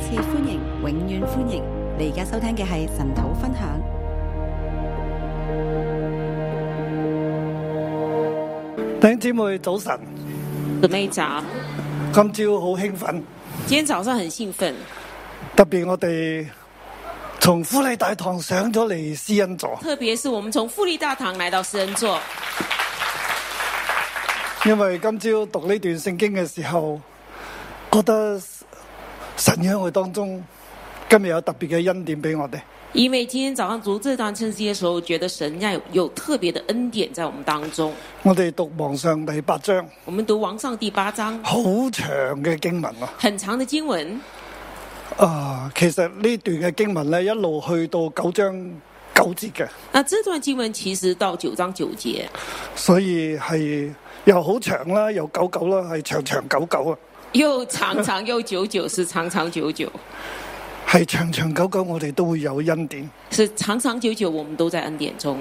次歡迎，永遠歡迎！你而家收聽嘅係神土分享。弟兄姊妹早晨，姊妹早，今朝好興奮，啊今天早上很興奮，特別我哋從富麗大堂上咗嚟施恩座，特別是我們從富麗大堂來到施恩座，因為今朝讀呢段聖經嘅時候，覺得神喺我哋當中，今日有特別嘅恩典俾我哋。因為今天早上讀這段聖經的時候，覺得神要有特別的恩典在我們當中。我哋讀王上第八章，我們讀王上第八章，好長嘅經文啊！很長的經文，啊，其實呢段嘅經文咧，一路去到九章九節嘅，那這段經文其實到九章九節，所以係又好長啦，又久久啦，係長長久久啊！又長長又久久，是長長久久，係長長久久，我哋都會有恩典。是長長久久，我們都在恩典中。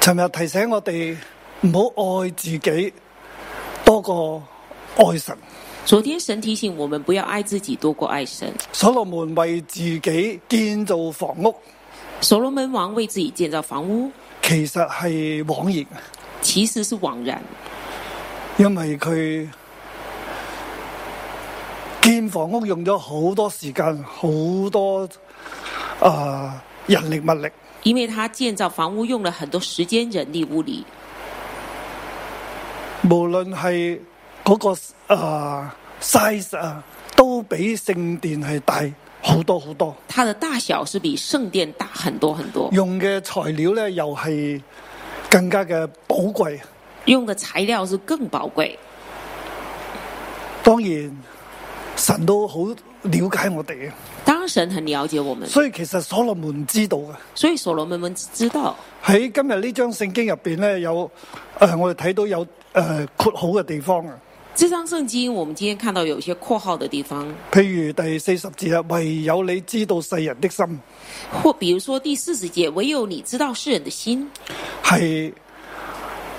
尋日提醒我哋唔好愛自己多過愛神。昨天神提醒我們不要愛自己多過愛神。所羅門為自己建造房屋，所羅門王為自己建造房屋，其實係枉然，其實是枉然。因為佢建房屋用咗好多時間，好多啊、呃人力物力，因為他建造房屋用了很多時間、人力、物力，無論係嗰個啊、size 啊，都比聖殿係大好多好多。它的大小是比聖殿大很多很多，用嘅材料咧又係更加嘅寶貴。用的材料是更寶貴。當然，神都好了解我哋嘅，當然，神很了解我們，所以其實所羅門知道嘅。所以所羅門們知道，喺今日呢張聖經入邊咧，有诶、呃我哋睇到有诶、呃括號嘅地方啊，這張聖經我們今天看到有一些括號的地方，譬如第四十節啊，唯有你知道世人的心或比如說第四十節，唯有你知道世人的心。係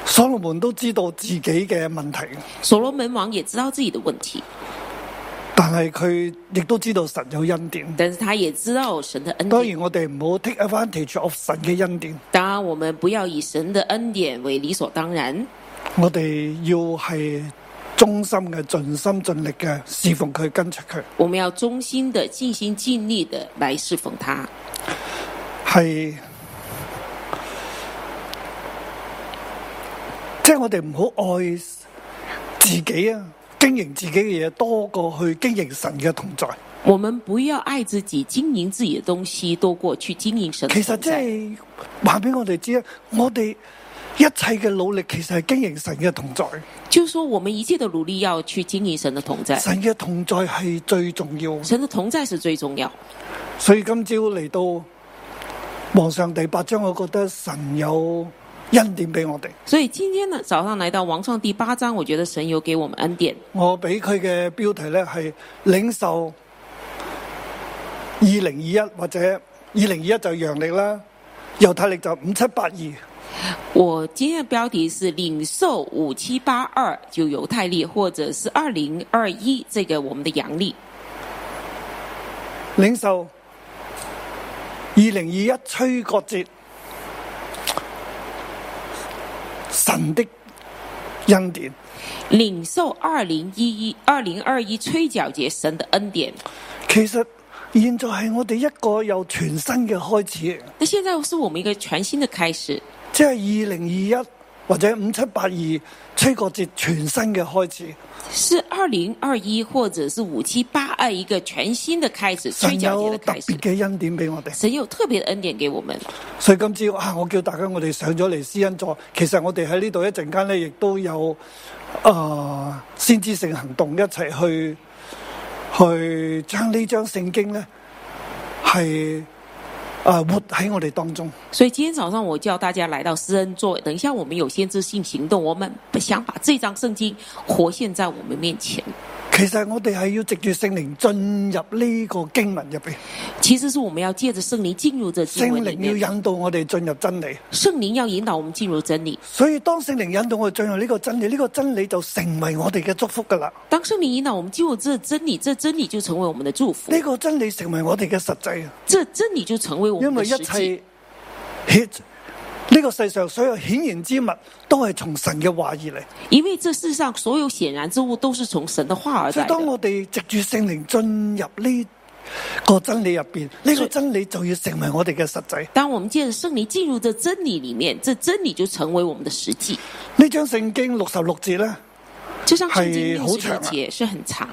所羅門都知道自己嘅問題，所羅門王也知道自己的問題，但係佢亦都知道神有恩典。但是他也知道神的恩當典。然，我哋唔好 take advantage of 神嘅恩典，當然，我們不要以神的恩典為理所當然，我哋要係忠心嘅、盡心盡力嘅侍奉佢、跟隨佢。我們要忠心的、盡心盡力的來侍奉他。系，即系我哋唔好爱自己啊，经营自己嘅嘢多过去经营神嘅同在。我们不要爱自己，经营自己的东西多过去经营神的其实存即在。系话俾我哋知啊，我哋一切嘅努力其实系经营神嘅同在，就是说，我们一切的努力要去经营神的同在，神嘅同在系最重要。神的同在是最重要。所以今朝嚟到皇上第八章，我觉得神有恩典俾我哋。所以今天呢，早上来到王上第八章，我觉得神有给我们恩典。我俾佢嘅標題呢係領受二零二一或者二零二一就陽曆啦，猶太曆就五七八二。我今天的标题是“领受五七八二”，就犹太历或者是二零二一这个我们的阳历。領受二零二一吹角節，神的恩典。领受二零一一二零二一吹角节神的恩典。其實現在係我哋一個又全新嘅開始，那现在是我们一个全新的开始，即係二零二一或者五七八二吹角節全新嘅開始。是二零二一或者是五七八二一个全新的开始，吹神角节有的特开始別。嘅恩典俾我哋。神有特别的恩典给我们，所以今朝啊，我叫大家我哋上咗嚟施恩座，其實我哋喺呢度一陣間咧，亦都有啊、呃先知性行動一齊去去將呢張聖經咧係啊活喺我哋當中。所以今天早上我叫大家来到施恩座。等一下，我们有先知性行动，我们想把这张圣经活现在我们面前。其其實我哋係要藉住聖靈進入呢個經文入邊，其實是我們要借着聖靈進入這聖經文裏靈面，要引導我哋進入真理。聖靈要引導我們進入真理。所以當聖靈引導我哋進入呢個真理，呢、個真理就成為我哋嘅祝福噶啦。當聖靈引導我們進入這真理，這真理就成為我們的祝福呢、，個真理成為我哋嘅實際啊，這真理就成為我因們為的一實際。切顯呢個世上所有顯然之物都係從神嘅話而嚟。因為這世上所有顯然之物都是從神的話而所來以當的。我哋藉住聖靈進入呢個真理入邊，呢、個所以真理就要成為我哋嘅實際。當我們借着聖靈進入這真理裡面，這真理就成為我們的實際。呢張聖經六十六節咧，這張聖經係六好十長六啊節是很長，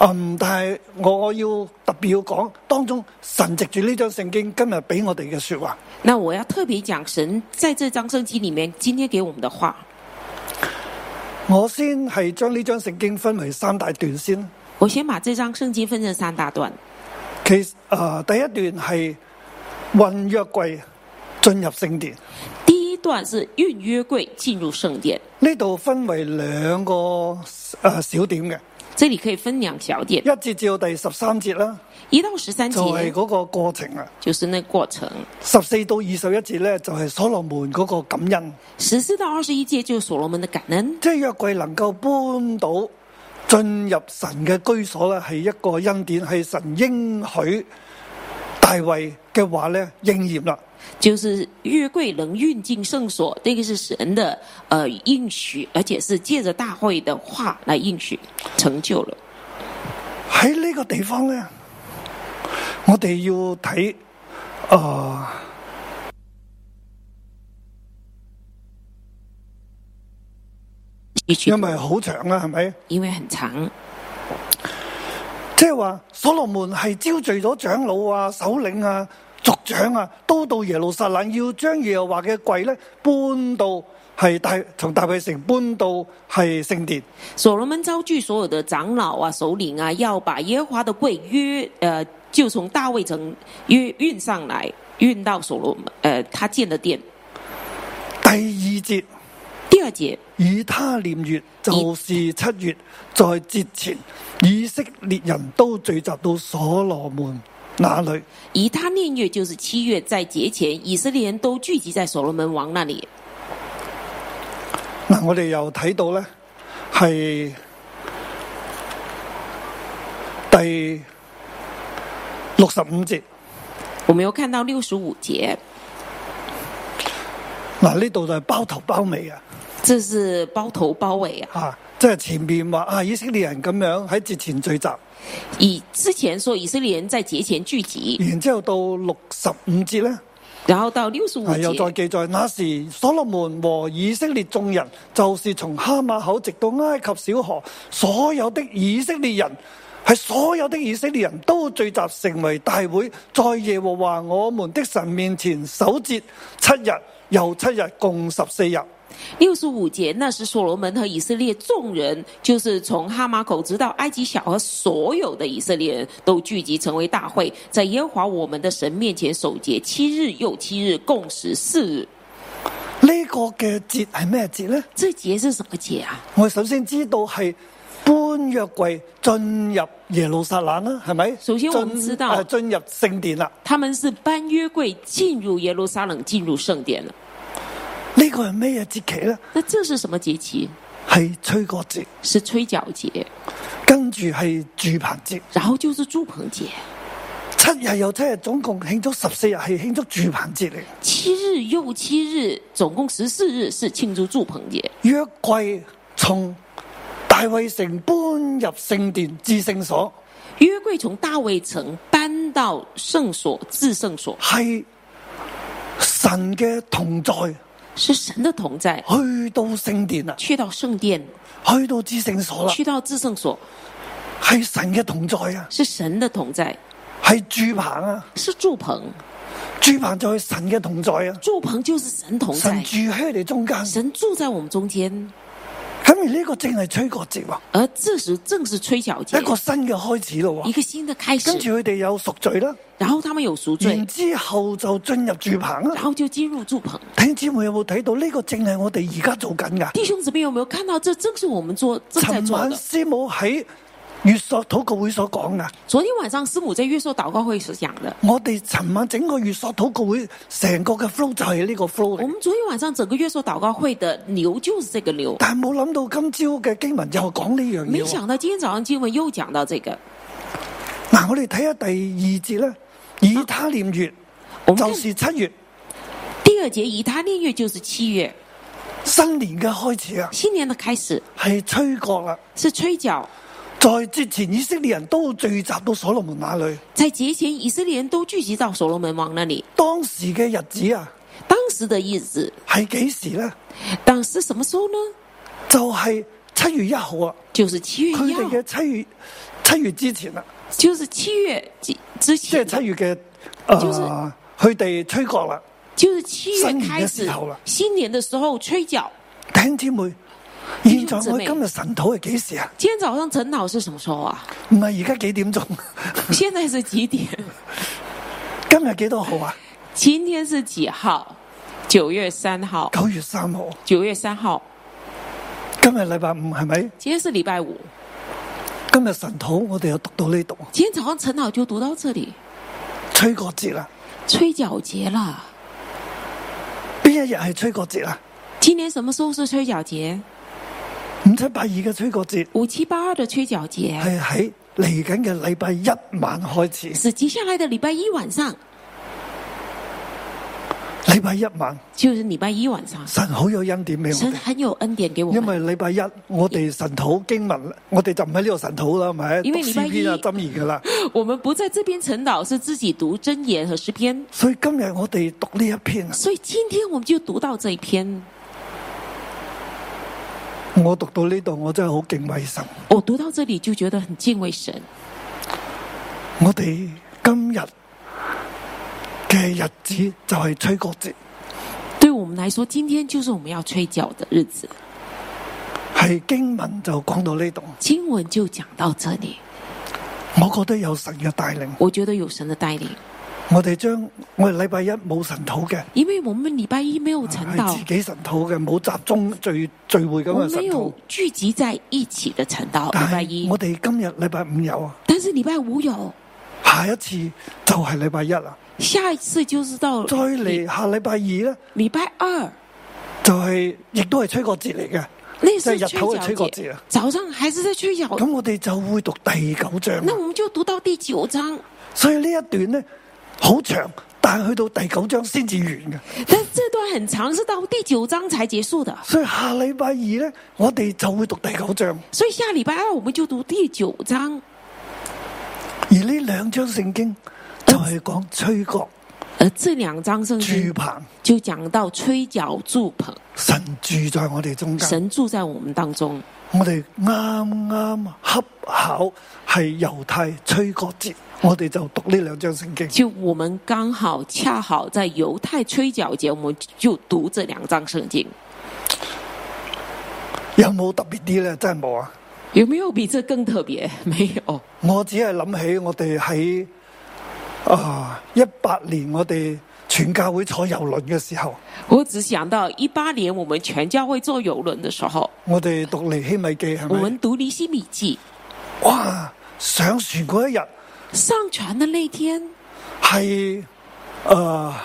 嗯，但係我要特別要講當中神藉住呢張聖經今日俾我哋嘅說話，那我要特別講神在這張聖經裡面今天給我們的話。我先係將呢張聖經分為三大段先。我先把這張聖經分成三大段，其誒、呃第一段係運約櫃進入聖殿，第一段是運約櫃進入聖殿，呢度分為兩個誒、呃小點嘅，這裡可以分兩小點一，節至到第十三節啦，一到十三就係、節嗰個過程啦。就是那過程，十四到二十一節呢，就係、所羅門嗰個感恩，十四到二十一節就是所羅門的感恩，即係約櫃能夠搬到進入神嘅居所呢係一個恩典，係神應許大衛嘅話呢應驗啦。就是約櫃能運进聖所，这个是神的呃应许，而且是借着大会的话来应许成就了。喺呢個地方呢，我哋要睇啊、呃一句因為好長啊啦，係咪？因为很长，即係話所羅門係招聚咗長老啊、首領啊、族長啊，都到耶路撒冷，要將耶和華嘅櫃呢搬到係大從大衛城搬到係聖殿。所罗门招聚所有的长老啊、首领啊，要把耶和华的柜约呃，就从大卫城约运上来，运到所罗门呃他建的殿。第二節第二节，以他念月，就是七月，在節前，以色列人都聚集到所羅門那裏。以他念月就是七月，在节前，以色列人都聚集在所罗门王那里。嗱，我哋又睇到咧，係第六十五節。我们又看到六十五节，嗱，呢度就係包頭包尾啊，这是包头包尾啊。啊，即係前面話啊，以色列人咁樣喺節前聚集，以之前说以色列人在节前聚集，然之後到六十五節咧，然后到六十五啊又再节，記載那時所羅門和以色列眾人，就是從哈馬口直到埃及小河，所有的以色列人。係所有的以色列人都聚集成為大會，在耶和華我們的神面前守節七日，又七日，共十四日。六十五节那时所罗门和以色列众人，就是从哈马口直到埃及小河，所有的以色列人都聚集成为大会，在耶和华我们的神面前守节七日又七日，共十四日。呢、個嘅節係咩節呢？这节是什么节啊？我哋首先知道係搬約櫃進入耶路撒冷啦，係咪？首先我們進知道呃進入聖殿啦。他们是搬约柜进入耶路撒冷，进入圣殿了。呢、個係咩嘢節期咧？那这是什么节期？係吹角節，是吹角节，跟住係住棚節。然后就是祝棚节。七日又七日，總共慶祝十四日，係慶祝住棚節嚟。七日又七日，总共十四日是庆祝祝棚节。約櫃從大衛城搬入聖殿至聖所，约柜从大卫城搬到圣所至圣所，係神嘅同在是神的同在。去到聖殿啦，去到圣殿，去到至聖所啦，去到至圣所，係神嘅同在啊，是神的同在，係住棚啊。是祝棚。住棚就係神嘅同在啊，祝棚就是神同神在，住喺你哋中間，神住在我们中间。因為呢個正係吹角節喎，而这时正哎是吹角节一，個新嘅開始咯一喎。个新的开跟始。住佢哋有贖罪啦，然后他们有赎罪然，之後就進入住棚然啦。后就进入住棚。弟兄姊妹有冇睇到呢、個正係我哋而家做緊㗎？弟兄姊妹有没有看到？这正是我们做正在尋做晚的。師母喺月索禱告會所講㗎，昨天晚上师母在月受祷告会所讲的，我哋尋晚整個月索禱告會成個嘅 flow 就係呢個 flow 我嚟。们昨天晚上整个月受祷告会的牛就是这个牛。但係冇諗到今朝嘅經文又講呢樣没嘢喎。想到今天早上经文又讲到这个，嗱，我哋睇下第二節咧，以他念月啊我们就看是七月第二节以他念月就是七月，新年嘅開始啊，新年的开始係吹角啦。是吹角。在節前，以色列人都聚集到所羅門那裏。在节前，以色列人都聚集到所罗门王那里。當時嘅日子啊，当时的日子，係幾時呢？当时什么时候呢？就係七月一號啊，就是七月佢一哋号嘅，七月七月之前啊，就是七月之之即係前，七月嘅就是誒，佢哋吹角啦。就是七月新年开的时始候了，新年的时候吹角。弟兄姊妹，弟現兄在姊我妹今日神討係幾時啊？今天早上晨祷是什么时候啊？唔係而家幾點鐘？现在是几点？ 今日幾多號啊？今天是几号？九月三号，九月三號。九月三号。今日禮拜五係咪？今天是礼拜五，今日神討我哋又讀到呢度，今天早上晨祷就读到这里，吹角節啦。吹角节了。邊一日係吹角節啊？今年什么时候是吹角节？五七八二嘅吹角節。五七八二的吹角节系喺嚟緊嘅禮拜一晚開始，是接下来的礼拜一晚上，禮拜一晚就是礼拜一晚上。神好有恩典俾我神哋，很有恩典给我因们，為禮拜一我哋神討經文，我哋就唔喺呢度神討啦，係咪？因為讀禮拜詩篇啊、一箴言噶啦，我们不在这边晨祷，是自己读箴言和诗篇。所以今日我哋讀呢一篇啊，所以今天我们就读到这一篇。我讀到呢度，我真係好敬畏神。我读到这里就觉得很敬畏神。我哋今日嘅日子就係吹角節，对我们来说，今天就是我们要吹角的日子。係經文就講到呢度，经文就讲到这里，我覺得有神嘅帶領。我觉得有神的带领，我哋將我哋禮拜一冇神討嘅。因为我们礼拜一没有晨係祷啊自，己神土嘅，冇集中聚聚會咁我嘅们没神有土。聚集在一起的晨祷。但礼拜係一我，哋今日禮拜五有啊，但是礼拜五有，下一次就係禮拜一啦，下一次就是到再嚟下禮拜二咧礼拜二，就係亦都係吹角節嚟嘅。那是即係日頭嘅吹吹角角节節啊，早上还是在吹角。咁我哋就會讀第九章那啦，我们就读到第九章，所以呢一段呢，好長，但係去到第九章先至完嘅。但这段很长，是到第九章才结束的。所以下禮拜二呢，我哋就會讀第九章，所以下礼拜二我们就读第九章，而呢兩章聖經就係講吹角、而这两章圣住经棚，就讲到吹角祝棚，神住在我哋中間。神住在我们当中。我哋啱啱恰巧係猶太吹角節，我哋就讀呢兩章聖經。就我们刚好恰好在犹太吹角节，我们就读这两章圣经，有冇特別啲呢？真係冇啊！有没有比这更特 别？没有。我只係諗起我哋喺啊一八年我哋全教會坐遊輪嘅時候，我只想到一八年我们全教会坐游轮的时候，我哋讀尼希米記係我咪们？读《离西米记哇！上船嗰一日》，上船的那天係啊，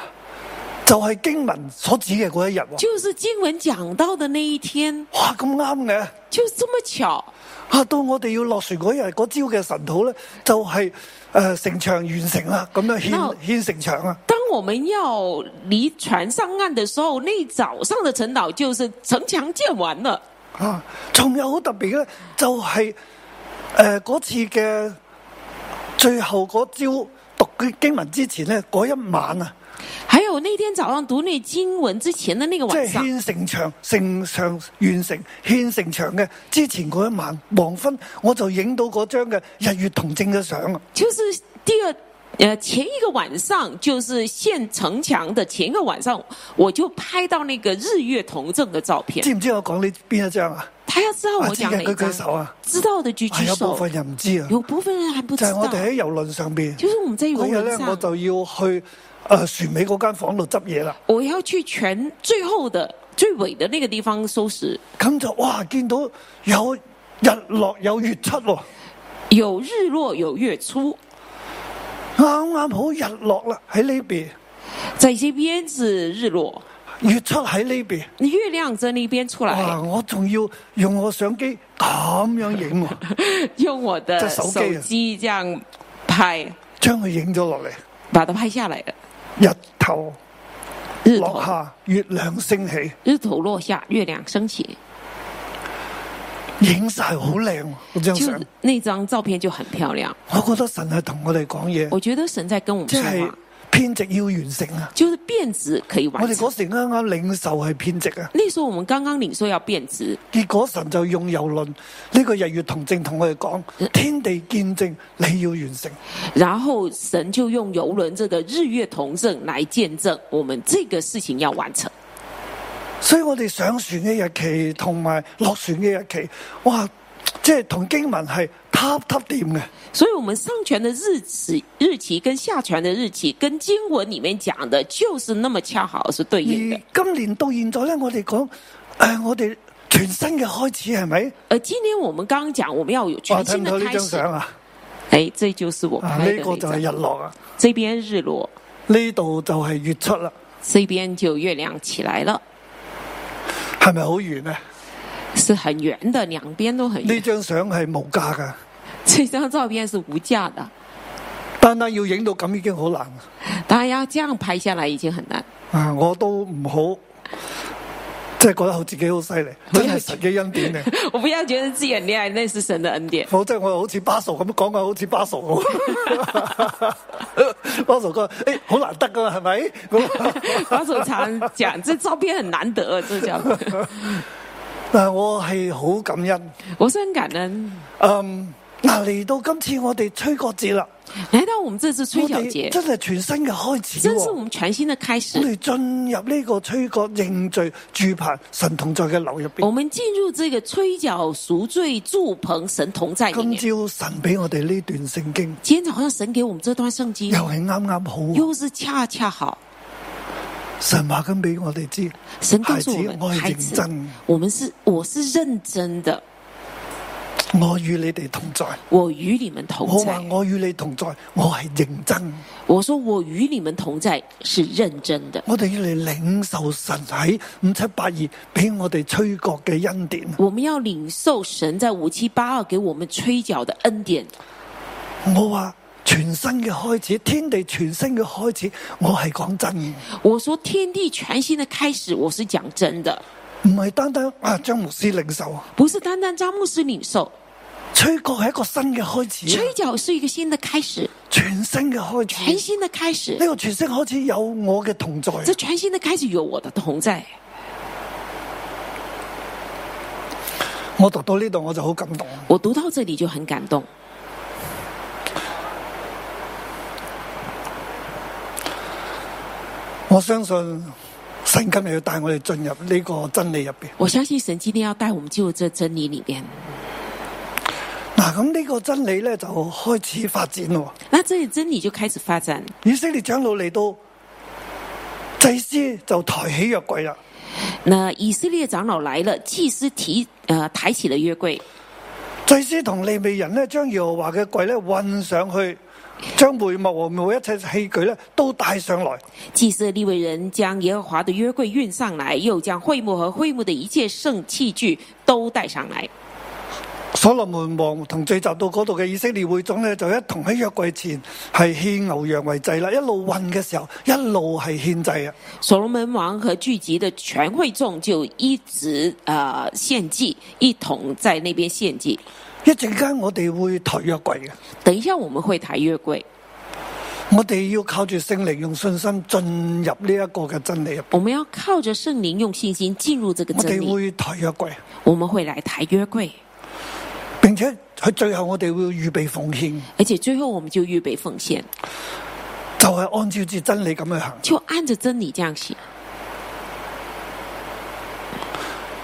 就係、經文所指嘅嗰一日喎。就是经文讲到的那一天，哇！咁啱嘅。就这么巧。啊，到我哋要落船嗰日嗰朝嘅神土咧，就係呃城牆完成啦，咁樣嗱牽牽城牆啊！当我们要离船上岸的时候，那早上的晨祷就是城墙建完了。啊，仲有好特別嘅呢，就係诶嗰次嘅最後嗰朝讀嘅經文之前咧，嗰一晚啊，还有那天早上读那经文之前的那个即晚係上，牽城牆、城牆完成、牽城牆嘅之前嗰一晚黃昏，我就影到嗰張嘅日月同正嘅相啊！就是第二呃前一个晚上，就是县城墙的前一个晚上，我就拍到那个日月同正的照片。知唔知我講呢邊一張啊？他要知道啊我知讲嘅哪舉舉一章，手啊，知道的举係举有部手。分人唔知啊，有部分人还不就知係道我，哋喺遊輪上邊就是我们在游嗰日轮咧，我上，就要去誒船尾嗰間房度執嘢啦。我要去全最后的最尾的那个地方收拾。咁就哇，見到有日落有月出喎、啊有日落，有月出，啱啱好日落啦，喺呢邊，在这边是日落，月出喺呢邊。月亮在那边出哇！来，我仲要用我相機咁樣影喎、 用我的这手机啊手机这样拍，將佢影咗落嚟。把它拍下来了。日頭日落头，下，月亮升起，日头落下，月亮升起，影晒好靚喎嗰張就相。那张照片就很漂亮。我覺得神係同我哋講嘢，我觉得神在跟我们即说係话，編辑要完成啊！就是变质可以我哋完成嗰。時啱啱領受係編辑啊，那时候我们刚刚领受要变质，結果神就用游論呢個日月同證同我哋嗯講：天地見證，你要完成。然后神就用游轮这个日月同证来见证我们这个事情要完成。所以我哋上船嘅日期同埋落船嘅日期，哇！即係同經文係嗒嗒掂嘅。所以，我们上传的日期、日期跟下传的日期，跟经文里面讲的，就是那么恰好是对应的而。今年到現在咧，我哋講诶，我哋全新嘅開始係咪？而今天我们刚刚讲，我们要有哇！全睇新唔到的呢开張始。相啊！哎，这就是我啊，拍呢的個那就係张。日落啊，这边日落，呢度就係月出啦，这边就月亮起来了，係咪好遠啊？是很圆的，两边都很呢圆。張相係無價噶，这张照片是无价的，單單要影到咁已經好難啊大家这样拍下来已经很难。啊！我都唔好，即係覺得好自己好犀 利，真係神嘅恩典嚟。我不要觉得自己很厉害，那是神的恩典。 否則我好似巴叔咁講啊，好似巴叔咁。 巴叔哥，誒好難得噶嘛，係咪？咁保守常讲，这照片很难得，这叫。但係我係好感恩。我是很感恩，嗯，嗱嚟到今次我哋吹角節啦，来到我们这次我吹角哋节，真係全新嘅開始真是我喎。们全新的开始我。哋進入呢個吹角認罪住棚神同在嘅樓入我邊。们进入这个吹角赎罪祝棚神同在里今面。朝神俾我哋呢段聖經，今天早上神给我们这段圣经又，係啱啱好喎。又是恰恰好。神話咁俾我哋知，神告诉孩子我我们，是孩子认真，我们是我是认真的，我與你哋同在。我与你们同我話在。我與你同在，我係認真。我说我与你们同在是认真的。我哋要嚟領受神喺五七八二俾我哋吹角嘅恩典。我们要领受神在五七八二给我们吹角的恩典。我話全新嘅開始，天地全新嘅開始，我係講真嘅，我说天地全新的开始，我是讲真的，唔係單單啊張牧師領受。不是单单张牧师领受，吹角係一個新嘅開始吹，角是一个新的开始，全新嘅開全始。新的开始呢、。個全新開始有我嘅同在。这全新的开始有我的同在。我讀到呢度我就好感動。我读到这里就很感动。我相信神今日要帶我哋進入呢個真理入邊。我相信神今天要带我们进入这真理里面。嗱，咁呢個真理咧就開始發展咯。那这里真理就开始发展。以色列長老嚟到，祭司就抬起約櫃啦。那以色列长老来了，祭司提呃抬起了约柜，祭司同利未人咧，將耶和華嘅櫃咧運上去，將會幕和每一切器具咧都帶上來。祭司立位人将耶和华的约柜运上来，又将会幕和会幕的一切圣器具都带上来。所羅門王同聚集到嗰度嘅以色列會眾咧，就一同喺約櫃前係獻牛羊為祭啦。一路運嘅時候，一路係獻祭啊。所罗门王和聚集的全会众就一直呃献祭，一同在那边献祭。一陣間我哋會抬約櫃嘅，等一下我们会抬约柜，我哋要靠住聖靈用信心進入呢一個嘅真理入啊邊。我们要靠着圣灵用信心进入这个我真哋理，會抬約櫃，我们会来抬约柜，並且佢最後我哋會預備奉獻，而且最後我们就预备奉献，就係、按照住真理咁去行。就按着真理这样行。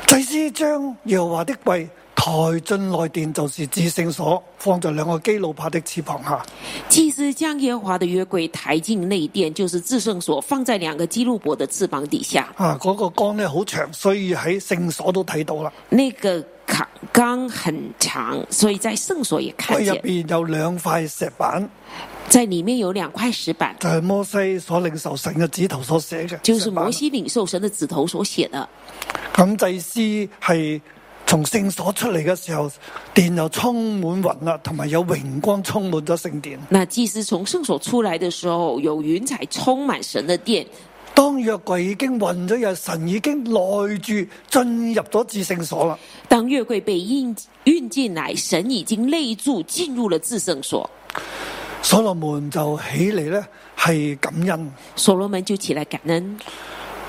祭司将耶和华的柜抬进内殿，就是至圣所，放在两个基路帕的翅膀下。祭司将耶和华的约柜抬进内殿，就是至圣所，放在两个基路伯的翅膀底下。啊，嗰、個个杆咧好長，所以喺聖所都睇到啦。那个扛杆很长，所以在圣所也看櫃入见，边有兩塊石板，在里面有两块石板，就係摩西所領受神嘅指頭所寫嘅。就石是板摩西领受神的指头所写的。咁祭司係從聖所出嚟嘅時候，殿又充滿雲啦，同埋有榮光充滿咗聖殿。那祭司从圣所出来的时候，有云彩充满神的殿，當約櫃已經運咗入，神已經內住進入咗至聖所啦。当月桂被运运进来，神已经内住进入了至圣所，所羅門就起嚟呢係感恩。所罗门就起来感恩。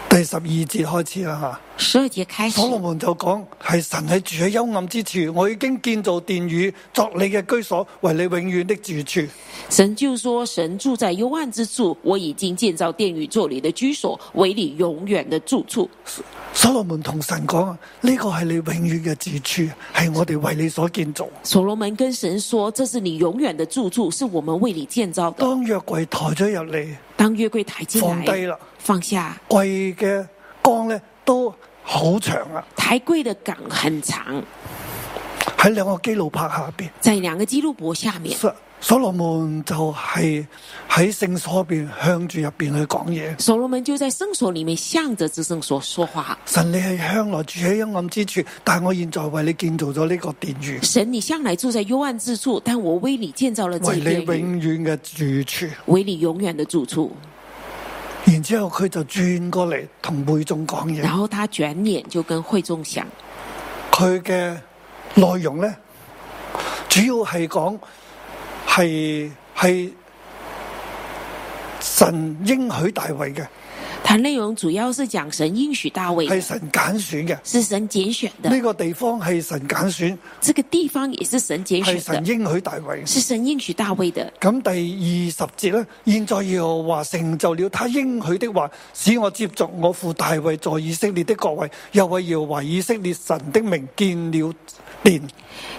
第十二節開始啦吓。十二节开始所，罗门就讲系神喺住喺幽暗之处，我已经建造殿宇作你嘅居所，为你永远的住处。神就说：“神住在幽暗之处，我已经建造殿宇做你的居所，为你永远的住处。所罗门同神讲啊，呢、個个系你永远嘅住处，系我哋为你所建造。”所罗门跟神说：“这是你永远的住处，是我们为你建造的。当约柜抬咗入嚟，”当月桂抬进放低来，啦，放下柜嘅光咧都好长啊，抬柜的杆很长，喺两个基路拍下边。在两个基路伯下面。所所罗门就系喺圣所入边向住入边去讲嘢。所罗门就在圣所里面向着至圣所说话。神你系向来住喺幽暗之处，但系我现在为你建造咗呢个殿宇。神，你向来住在幽暗之处，但我为你建造了这为一你片永云，遠嘅住處。为你永远的住处。然之後佢就轉過嚟同會眾講嘢然，后他转眼就跟会众讲，佢嘅內容呢，主要係講係係神應許大衛嘅，他内容主要是讲神应许大卫的係神揀選嘅。是神拣选的呢、，個地方係神揀選，这个地方也是神拣选係的神，應許大衛。是神应许大卫的。咁第二十節呢，現在耶和華成就了他應許的話，使我接續我父大衛在以色列的國位，又為耶和華以色列神的名建了殿。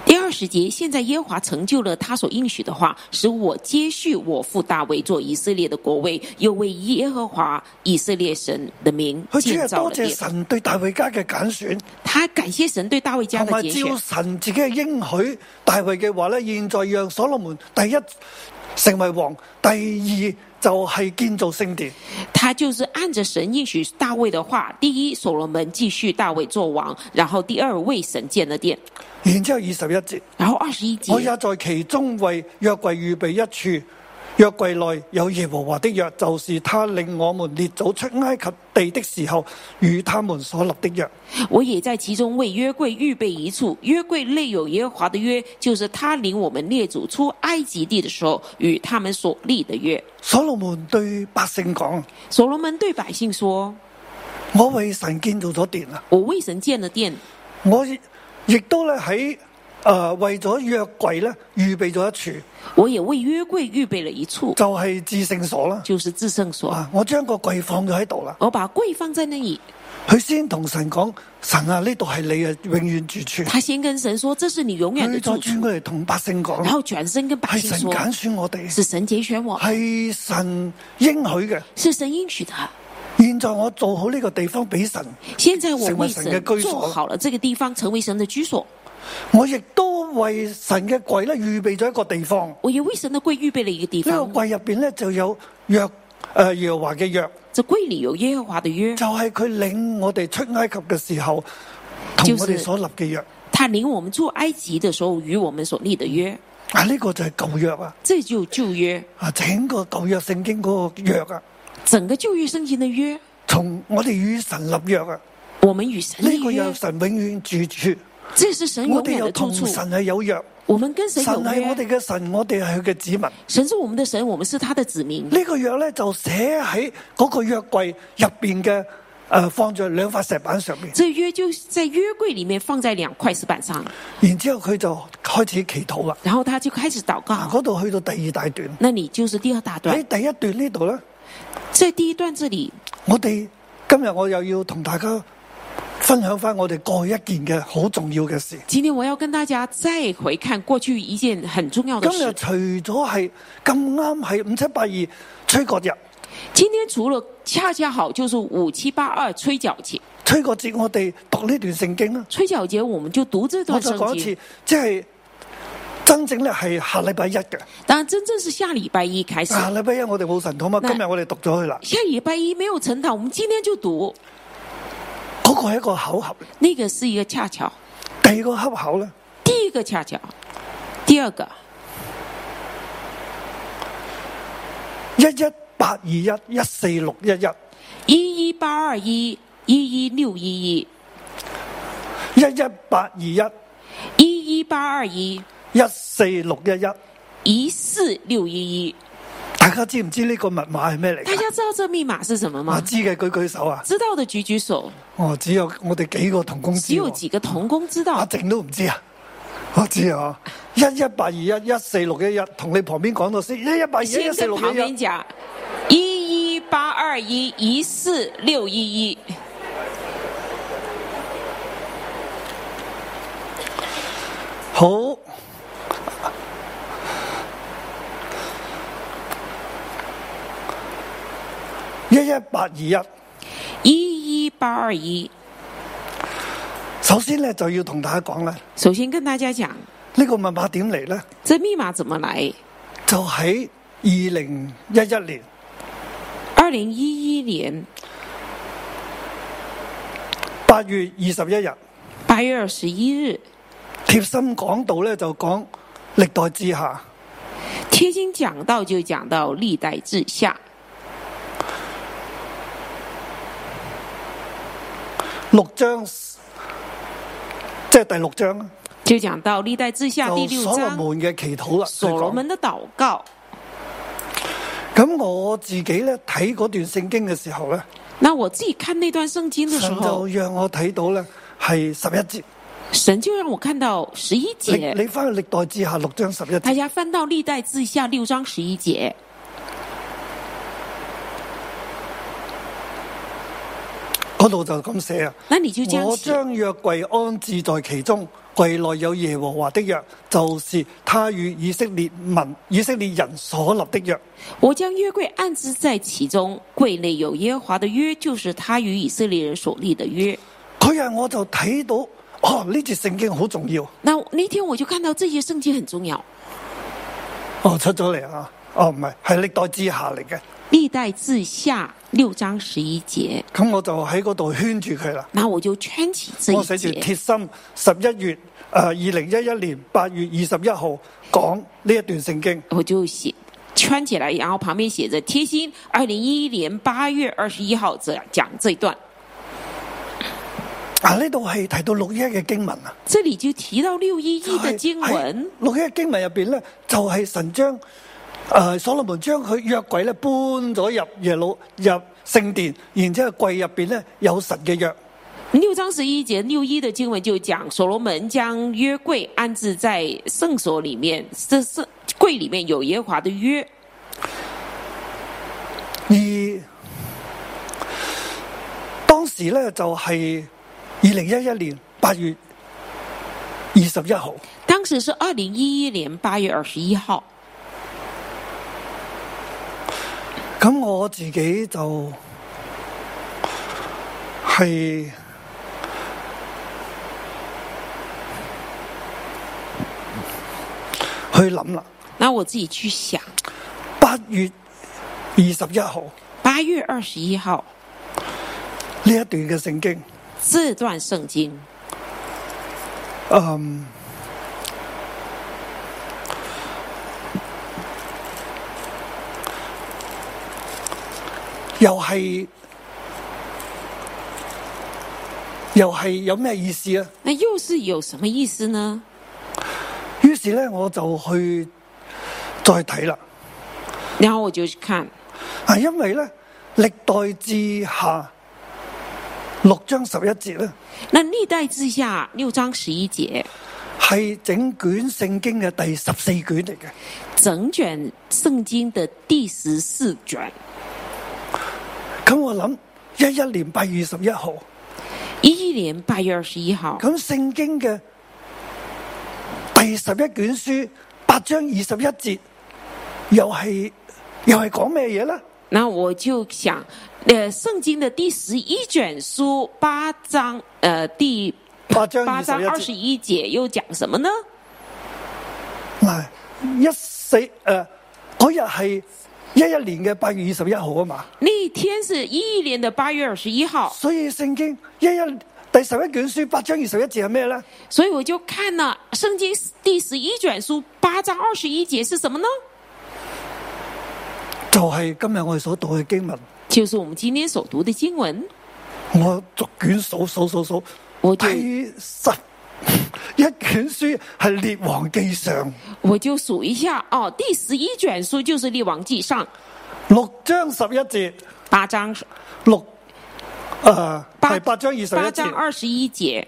第二十节，现在耶和华成就了他所应许的话，使我接续我父大卫做以色列的国位，又为耶和华以色列神的名佢主建要造多謝了殿。神對大衛家嘅揀選，他感谢神对大卫家同的埋拣选照。神自己嘅應許大衛嘅話呢現在讓所羅門第一成為王，第二就係建造聖殿。他就是按着神应许大卫的话，第一，所罗门继续大卫做王，然后第二为神建了殿，然之後二十一節。然后二十一节我，也在其中为约柜预备一处，约柜内有耶和华的约，就是他令我们列祖出埃及地的时候与他们所立的约。我也在其中为约柜预备一处，约柜内有耶和华的约，就是他领我们列祖出埃及地的时候与他们所立的约。所罗门对百姓讲：所罗门对百姓说我为神建造咗殿啊！：“我为神建了殿，我亦都咧喺诶为咗约柜咧预备咗一处，我也为约柜预备了一处，就系、至圣所啦。就是至圣所。啊！我将个柜放咗喺度啦。我把柜放在那里。佢先同神讲：神啊，呢度系你嘅永远住处。他先跟神说：‘这是你永远的佢住再处转。过嚟同百姓’讲然。后转身跟百系姓哎神哎说：‘拣选我哋，是神拣选我，系神应许嘅。是神应许的。现在我做好呢个地方俾神，现在我成为为神神嘅居所做好了这个地方，成为神的居所。我亦都为神嘅柜咧预备咗一个地方。呢、我也为神的柜预备了一个地个方。柜入边咧就有约诶、耶和华嘅约，这柜里有耶和华的约，就系、佢领我哋出埃及嘅时候同我哋所立嘅约。他领我们出埃及的时候与我们所立的约，啊，呢、个就系旧约啊，这就旧约，啊，整个旧约圣经嗰个约啊，整个旧约圣经的约，从我哋与神立约啊，我们与神呢、立个约有，神永远住处，这是神永我哋远有的住同处。神系有约，我们跟神神系有我哋约，嘅神，我哋系佢嘅子民。神是我们的神，我们是他的子民。呢個約咧就寫喺嗰個約櫃入边嘅诶，放在兩塊石板上面。这约就在约柜里面放在两块石板上，然之后佢就開始祈禱啦。然后他就开始祷嗱，告。嗰度去到第二大段，那你就是第二大段喺。第一段呢度咧，在第一段这里，我哋今日我又要同大家分享翻我哋過去一件嘅好重要嘅事。今天我要跟大家再回看过去一件很重要的今事日。除咗係咁啱係五七八二吹角日，今天除了恰恰好就是五七八二吹角节，吹角節我哋讀呢段聖經啦。吹角节我们就读这我段再圣講一经次。，即係真正咧係下禮拜一嘅，当然，真正是下礼拜一开始，啊下禮拜一我哋冇神堂嘛，嗱今日我哋讀咗佢啦。下礼拜一没有晨祷，我们今天就读。嗰、個係一個巧合，那个是一个恰巧，第二個恰巧咧第一个恰巧，第二个一一八二一一四六一一。一一八二一一一六一一一一八二一一一八二一一四六一一，一四六一一。大家知唔知呢個密碼係咩嚟㗎？大家知道这密码是什么我吗？知嘅舉舉手啊！知道的举举手。哦，只有我哋幾個同工知只有喎，几个童工知阿道。靜都唔知啊！我知啊，一一八二一一四六一一，同你旁邊講到先，一一八二一一先四跟六旁一边一，讲，一一八二一一四六一一。好。一一八二一，一一八二一。首先咧就要同大家講咧，首先跟大家讲，呢、個密碼點嚟咧？这密码怎么来？就喺二零一一年二零一一年八月二十一日，八月二十一日，貼心講道咧就講歷代之下，贴心讲到就讲到历代志下，六章，即係第六章啦，就讲到历代志下第就六哦所羅章門嘅祈禱啦。所罗門的祷佢告。講咁我自己咧睇嗰段聖經嘅時候咧，那我自己看那段圣经的时神就候，讓我睇到咧係十一節。神就让我看到十一你节，你翻去歷代之下六章十一節，大家翻到历代志下六章十一节。嗰度就咁寫啊。那你就这样我写。將約櫃安置在其中，櫃內有耶和華的約，就是他與以色列民、以色列人所立的約。我将约柜安置在其中，柜内有耶和华的约，就是他与以色列人所立的约。佢啊，我就睇到哦，呢節聖經好重要那那天我就看到这些圣经很重要，哦，出咗嚟啊！哦，唔係，係歷代之下嚟嘅。历代志下六章十一节。咁我就喺嗰度圈住佢啦。那我就圈起这我一寫住节，鐵心十一月诶二零一一年八月二十一號講呢一段聖經。我就写圈起来，然后旁边写着贴心，二零一一年八月二十一号这讲这一段。啊，呢度係提到六一嘅經文啊。这里就提到六一一的经文，六一經文入边咧，就係神將诶、呃所羅門將佢約櫃咧搬咗入耶路入聖殿，然之后柜入边咧有神嘅約。六章十一节六一的经文就讲所罗门将约柜安置在圣所里面，这圣柜里面有耶和华的约。而當時咧就係二零一一年八月二十一號，当时是二零一一年八月二十一号，咁我自己就係去諗啦。那我自己去想，八月二十一號八月二十一号呢一段嘅聖經，这段圣经，嗯，又係又係有咩意思啊？那又是有什么意思呢？於是咧，我就去再睇啦。然后我就去看啊，因為咧歷代志下六章十一節咧，那历代之下六章十一节，係整卷聖經嘅第十四卷嚟嘅。整卷圣经的第十四卷。咁我諗一一年八月二十一號， 11一一年八月二十一号，咁聖經嘅第十一卷書八章二十一節，又係又係講咩嘢咧？那我就想，呃，圣经的第十一卷书八章，呃，第八章八二十章一二節十一节又讲什么呢？嗱，一四诶嗰日係一一年嘅八月二十一號啊嘛，那一天是一一年的八月二十一号，所以聖經一一第十一卷書八章二十一節係咩咧？所以我就看了圣经第十一卷书八章二十一节是什么呢？就係今日我哋所讀嘅經文，就是我们今天所读的经文，我逐卷數數數數，我就第十一卷書係列王記上。我就数一下哦，第十一卷书就是《列王记上》六章十一節，八章六诶八系八章二十一八章節，二十一节，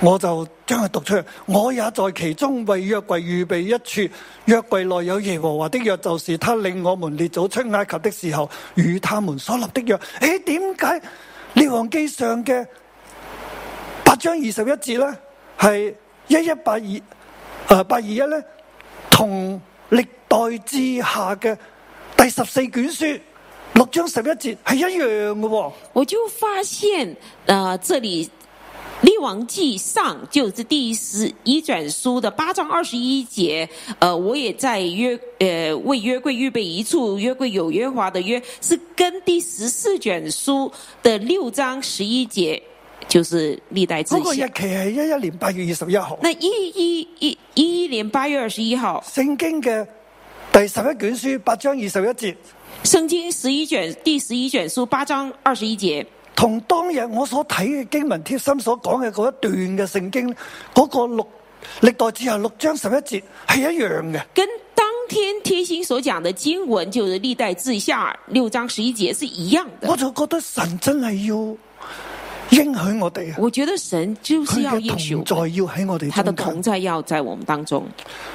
我就將佢讀出嚟。我也在其中為約櫃預備一處，約櫃內有耶和華的約，就是他領我們列祖出埃及的時候與他們所立的約。诶，點解列王記上嘅八章二十一節呢？係一一八二诶八二一呢？同歷代志下嘅第十四卷書六章十一節係一樣嘅、喎。我就发现呃，这里《列王记上》就是第十一卷书的八章二十一节，呃，我也在约呃为约柜预备一处，约柜有约华的约，是跟第十四卷书的六章十一节，就是历代志嗰個日下。期係一一年八月二十一號。那一一一一一年八月二十一号，聖經嘅第十一卷書八章二十一節，圣经十一卷第十一卷书八章二十一节，同當日我所睇嘅經文貼心所講嘅嗰一段嘅聖經，嗰、個六歷代志下六章十一節係一樣嘅。跟当天贴心所讲的经文就是历代志下六章十一节是一样我的。就覺得神真係要應許我哋啊，我觉得神就是佢要应许嘅同我们，在要喺我哋他的中同間。在要在我们当中，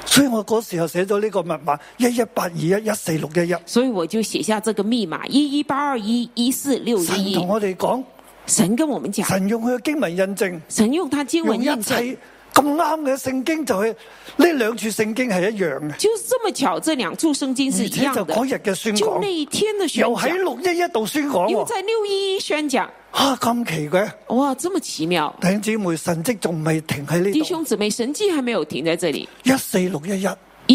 所以我嗰時候寫咗呢個密碼一一八二一一四六一一。所以我就写下这个密码一一八二一一四六神一同一。我哋講，神跟我们讲，神用佢嘅經文印證。神用他经文用印一切证，咁啱嘅聖經就係呢兩處聖經係一樣嘅，就是这么巧，这两处圣经是而一且样就的嗰。日嘅宣就講，那一天的宣又喺讲，六一一度宣講又喎，在六一一宣讲，嚇咁奇嘅，哇，这么奇妙！弟兄姊妹神蹟仲未停喺呢弟度，兄姊妹，神迹还没有停在这里。一四六一一，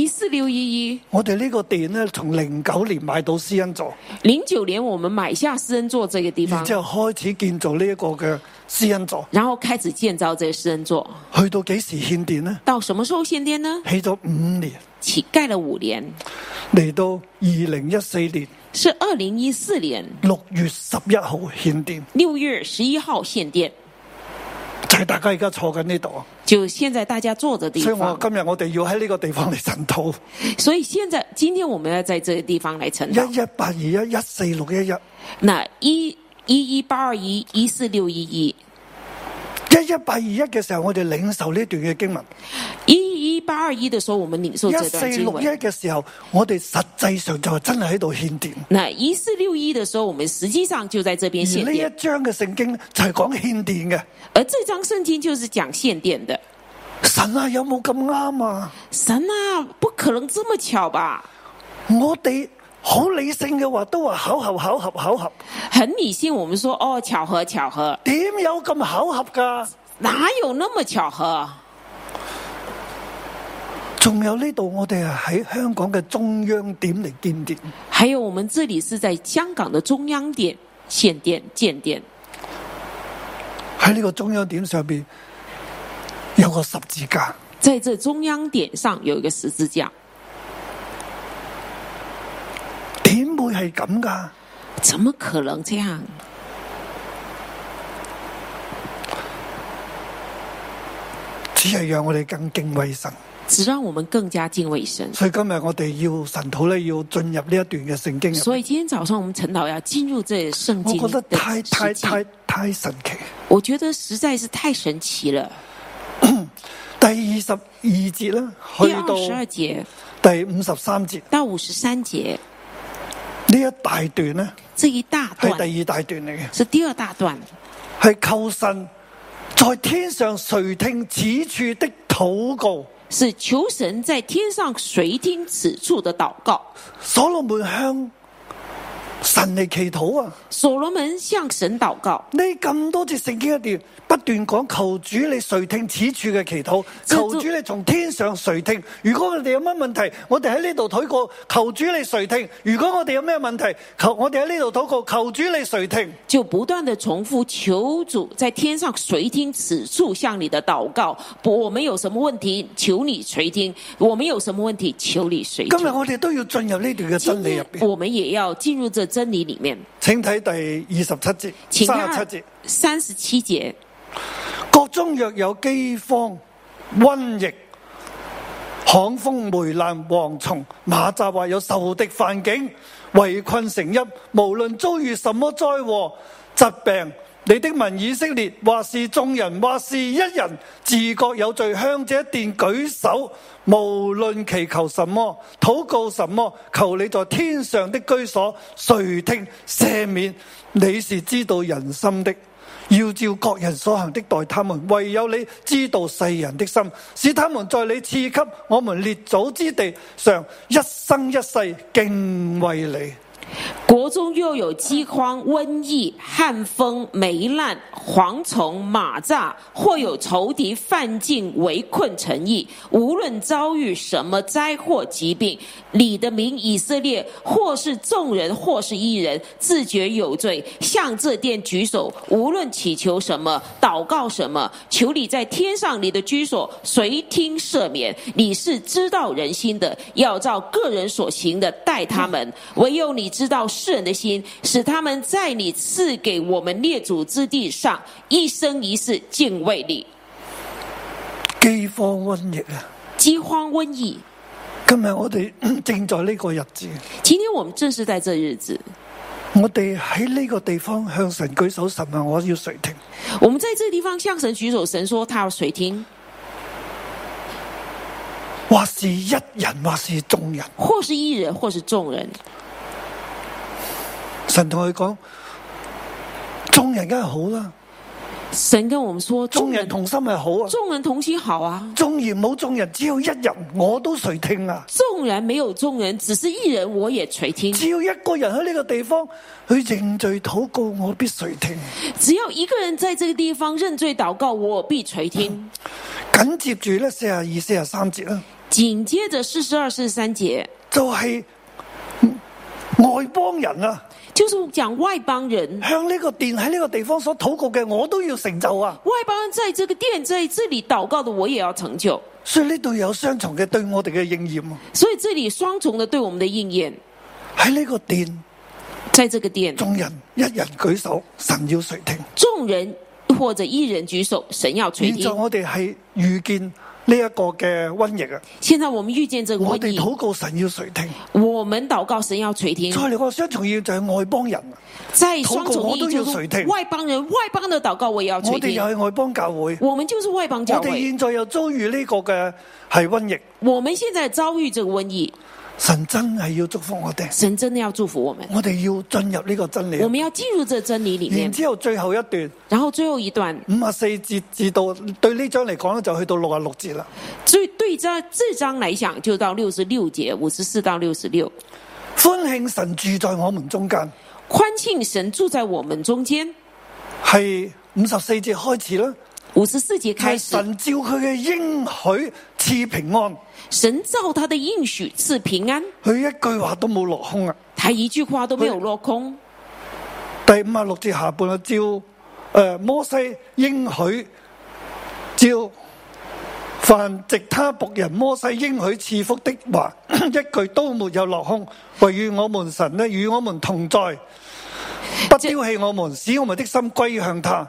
一四六一一我哋呢個店呢，從零九年買到施恩座，零九年，我们买下施恩座这个地然方，之後開始建造呢一個嘅施恩座，然后开始建造这个施恩座。去到幾時獻殿呢？到什么时候献殿呢？起咗五年，起盖了五年，嚟到二零一四年是二零一四年六月十一號獻殿，六月十一号献殿，就係、大家而家坐緊呢度啊。就现在大家坐的地所以我方。今日我哋要喺呢個地方嚟神道，所以现在今天我们要在这个地方来成长一。一八二一一四六一一那一一一八二一一四六一一一一八二一嘅時候，我哋領受呢段嘅經文；一一八二一的时候，我们领受一这四段经六一文。嘅時候，我哋實際上就係真係喺度獻殿。那一四六一的时候，我们实际上就在这边而献呢殿一。章嘅聖經就係講獻殿嘅。而这张圣经就是讲献殿的。神啊，有冇咁啱啊？神啊，不可能这么巧吧？我哋好理性嘅話都話巧合巧合巧合，很理性，我们说哦，巧合，巧合，點有咁巧合㗎？哪有那么巧合？仲有呢度，我哋係喺香港嘅中央點嚟建殿。还有我们这里是在香港的中央殿献殿建殿，喺呢個中央點上边有個十字架，在这中央殿上有一个十字架，點會係咁噶？怎么可能这样？只係讓我哋更敬畏神。只让我们更加敬畏神。所以今日我哋要神土咧，要進入呢一段嘅聖經入所以今天早上我们陈导要进入这圣面。经我覺得的太太实际，太太神奇。我觉得实在是太神奇了。第二十二節啦，去第二十二到节第五十三節到五十三节呢一大段呢，这一大係段啊第二大段嚟嘅。是第二大段，係求神在天上垂聽此處的禱告。是求神在天上垂听此处的祷告。所羅門向神嚟祈禱啊！所罗门向神祷告，呢咁多節聖經一段不斷講求主你垂聽此處嘅祈禱，即係求主你從天上垂聽。如果我哋有乜問題，我哋喺呢度禱告，求主你垂聽。如果我哋有咩問題，求我哋喺呢度禱告，求主你垂聽。就不断的重复求主在天上垂听此处向你的祷告。不，我们有什么问题，求你垂听；我们有什么问题，求你垂今日听。我哋都要進入呢段嘅今真理入天边，我们也要进入这真理里面，請睇第二十七節、请看三十七節。三十七节。國中若有饑荒、瘟疫、旱風、梅蘭、蝗蟲、馬雜或有仇敵犯境，圍困城邑，無論遭遇什麼災禍、疾病，你的民以色列或是眾人，或是一人，自覺有罪，向這殿舉手，無論祈求什麼、禱告什麼，求你在天上的居所垂聽赦免，你是知道人心的。要照各人所行的待他们，唯有你知道世人的心，使他们在你赐给我们列祖之地上一生一世敬畏你。国中又有饥荒、瘟疫、旱风、霉烂、蝗虫、蚂蚱，或有仇敌犯境围困城邑。无论遭遇什么灾祸、疾病，你的民以色列，或是众人，或是一人，自觉有罪，向这殿举手。无论祈求什么，祷告什么，求你在天上你的居所随听赦免。你是知道人心的，要照个人所行的待他们。唯有你知道世人的心，使他们在你赐给我们列祖之地上一生一世敬畏你。饥荒瘟疫啊！饥荒瘟疫，今日我哋正在呢个日子，今天我们正是在这日子，我哋喺呢个地方向神举手，神啊，我要垂听。我们在这地方向神举手，神说他要垂听，或是一人，或是众人，或是一人，或是众人。神同佢讲：众人梗系好啦，神跟我们说，众众人人同心系好啊。众人同心好啊，纵然冇众人，只有一人，我都垂听啊。纵然没有众人，只是一人，我也垂听。只要一個人喺呢個地方去認罪禱告，我必垂聽。只要一个人在这个地方认罪祷告，我必垂听。緊接住咧，四十二、四十三節啦，紧接着四十二、四十三节，就係嗯外邦人啊，就是讲外邦人，向呢個殿喺呢個地方所禱告嘅，我都要成就啊！外邦人在这个殿在这里祷告的，我也要成就。所以呢度有雙重嘅對我哋嘅應驗啊。所以这里双重的对我们的应验，喺呢個殿，在这个殿，眾人一人舉手，神要垂聽。众人或者一人举手，神要垂現在听。我哋係遇見呢一個嘅瘟疫啊，现在我们遇见这个我瘟哋疫，禱告神要垂聽。我们祷告，神要垂听再。嚟個雙重要就係外邦人啊，在通双过重我意都义就要垂是听外邦人，外邦的祷告我也要垂我哋又听。係外邦教會。我们就是外邦教我哋会，現在又遭遇呢個嘅係瘟疫，我们现在遭遇这个瘟疫，神真係要祝福我哋，神真的要祝福我们。我哋要進入呢個真我理。们要进入这真理里然面。之后最後一段然后最后一段，五十四節至到對呢章嚟講咧，就去到六十六節啦。最对这这章来讲，就到六十六节，五十四到六十六，歡慶神住在我們中間，欢庆神住在我们中间。係五十四節開始啦。五十四节係开始，神照佢嘅應許賜平安，神照他的应许赐平安，佢一句話都冇落空啊。他一句话都没有落空。第五十六節下半啊，照诶、呃摩西應許，照凡藉他仆人摩西應許赐福的話，一句都沒有落空。唯願我們神呢與我們同在，不這丟棄我們，使我們的心歸向他。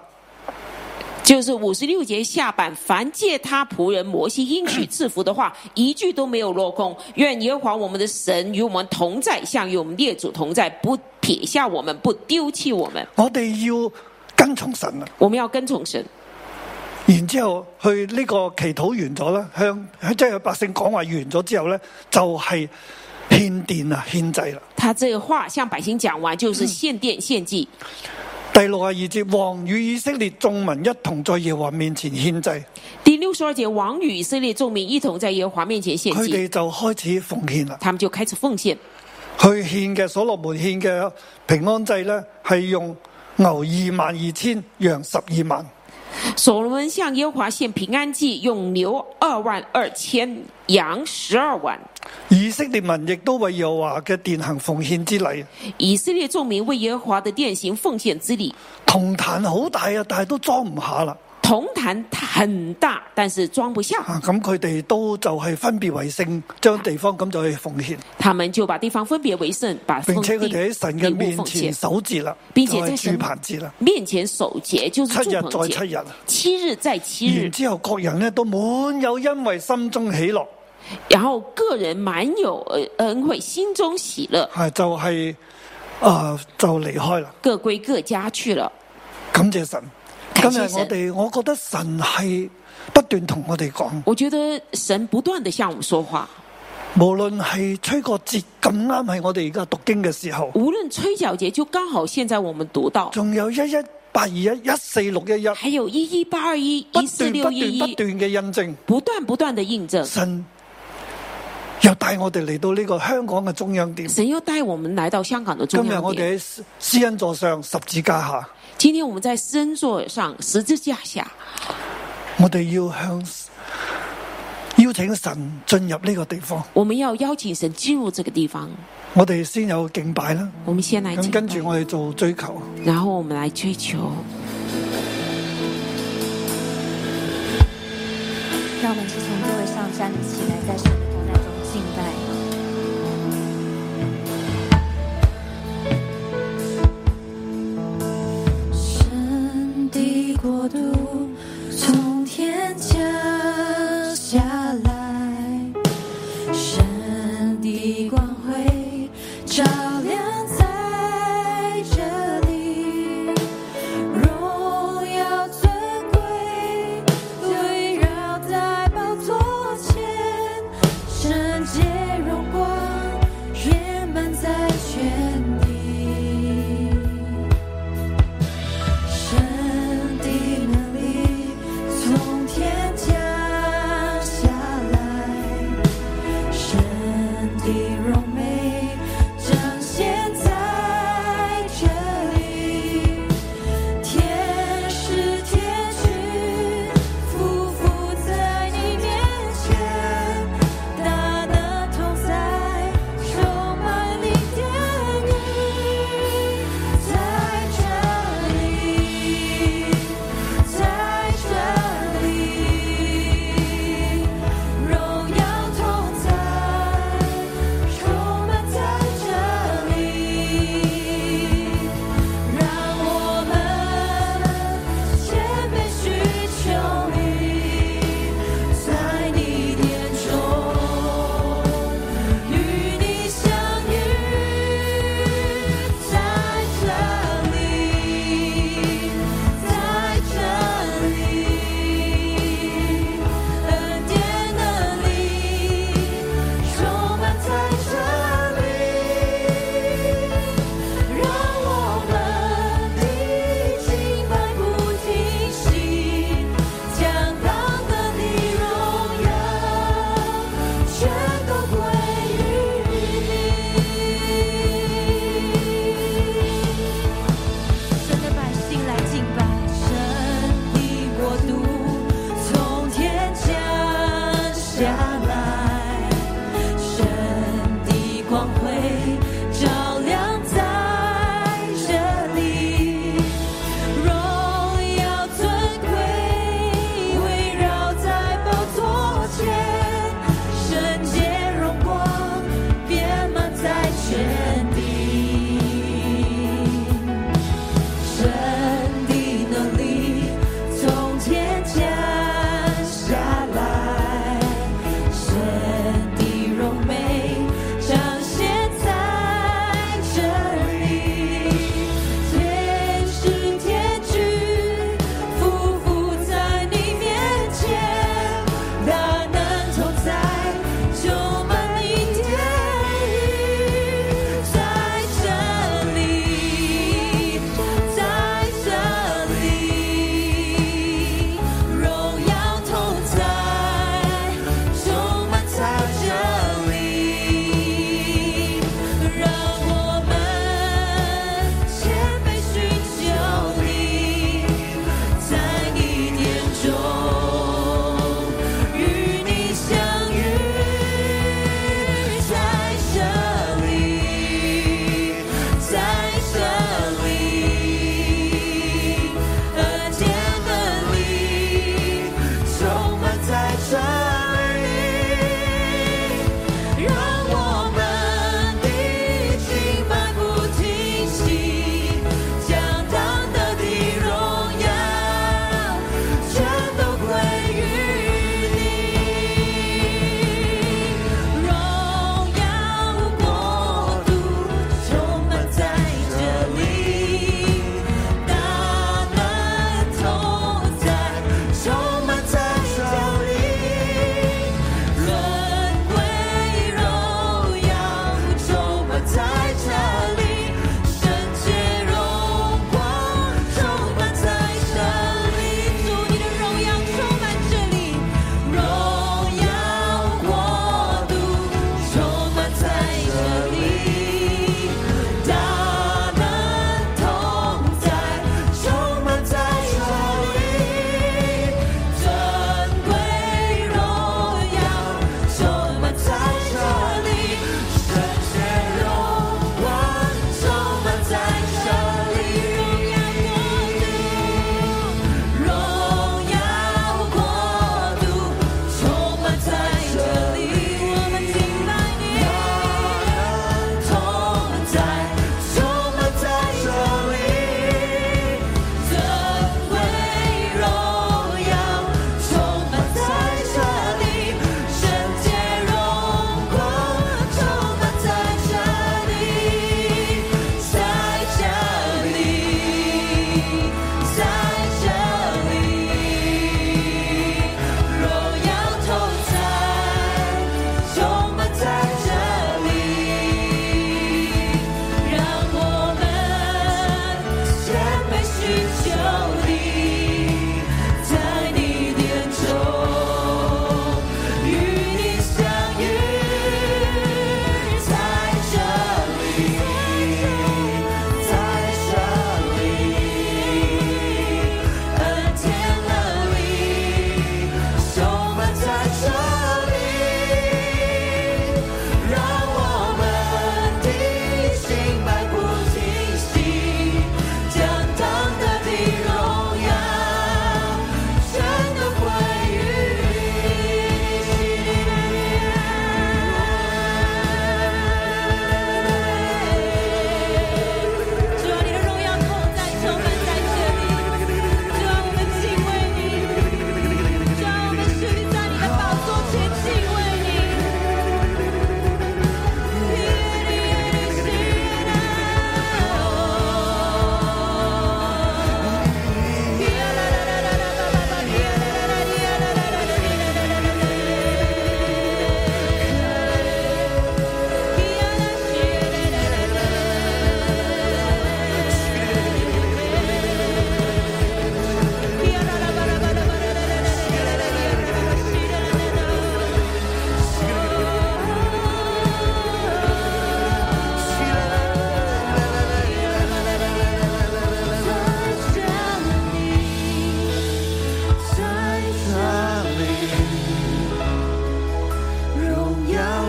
就是五十六节下半，凡借他仆人摩西应许赐福的话，一句都没有落空。愿耶和华我们的神与我们同在，像与我们列祖同在，不撇下我们，不丢弃我们。我哋要跟從神啊！我们要跟从神。然之后去呢個祈禱完咗啦，向即係百姓講話完咗之後呢，就係獻殿啊獻祭啦。他这个话向百姓讲完，就是献殿献祭。第六十二節，王與以色列眾民一同在耶和華面前獻祭，第六十二节，王与以色列众民一同在耶和华面前献佢祭，哋就開始奉獻啦。他们就开始奉献。佢獻嘅所羅門獻嘅平安祭呢，係用牛二萬二千，羊十二萬。所罗门向耶和华献平安祭，用牛二万二千，羊十二万。以色列民亦都為耶和華嘅殿行奉獻之禮，以色列众民为耶和华的殿行奉献之礼。銅壇好大啊，但係都裝唔下啦。铜坛很大，但是装不下，啊，咁佢哋都就係分別為聖，將地方咁就去奉獻，他们就把地方分别为圣，把奉並且佢地哋喺神礼嘅物面奉前献，守節啦，並就且在係神住棚節啦，面前守节就是七祝日棚再七节，日啦。七日再七日然。之後各人呢都滿有因為心中喜樂，然后个人满有呃恩惠，心中喜乐，係就係啊就離開啦。各归各家去了。感謝神，今感謝日我神哋我覺得神係不斷同我哋講，我觉得神不断的向我们说话，無論係吹個節咁啱係我哋而家讀經嘅時候，无论吹角节，就刚好现在我们读到，仲有一一八二一一四六一一，还有一一八二一、不一四斷不六斷一不一，斷嘅印證，不断不断的印证。神又帶我哋嚟到呢個香港嘅中央點。神又带我们来到香港的今中日央我点。哋喺施恩座上十字架下，今天我们在深座上十字架下，我哋要向邀請神進入呢個地方，我们要邀请神进入这个地方。我哋先有敬拜啦。我们先来敬咁拜跟住我哋做追求。然后我们来追求。让我们一起从座位上站立起来，在神的同在中敬拜。神的国度从天降下来，神的光辉照亮在这里，荣耀尊贵围绕在宝座前，圣洁荣光掩满在全地。神的能力从天降下来，神的荣美彰显在这里。天使天君匍匐在你面前，大能同在，充满你的爱。在这里，在这里，荣耀同在，充满在这里，让我们谦卑去求你，在你殿中与你相遇。在这里，在这里，恩典的力充满在这里，让我们的敬拜不停息，将当得的荣耀全都归于你。神的百姓来敬拜，神的国度从天降下来，神的光辉照亮在这里，荣耀尊贵围绕在宝座前，圣洁荣光遍满在全地。神的能力从天降下来，神的荣美彰显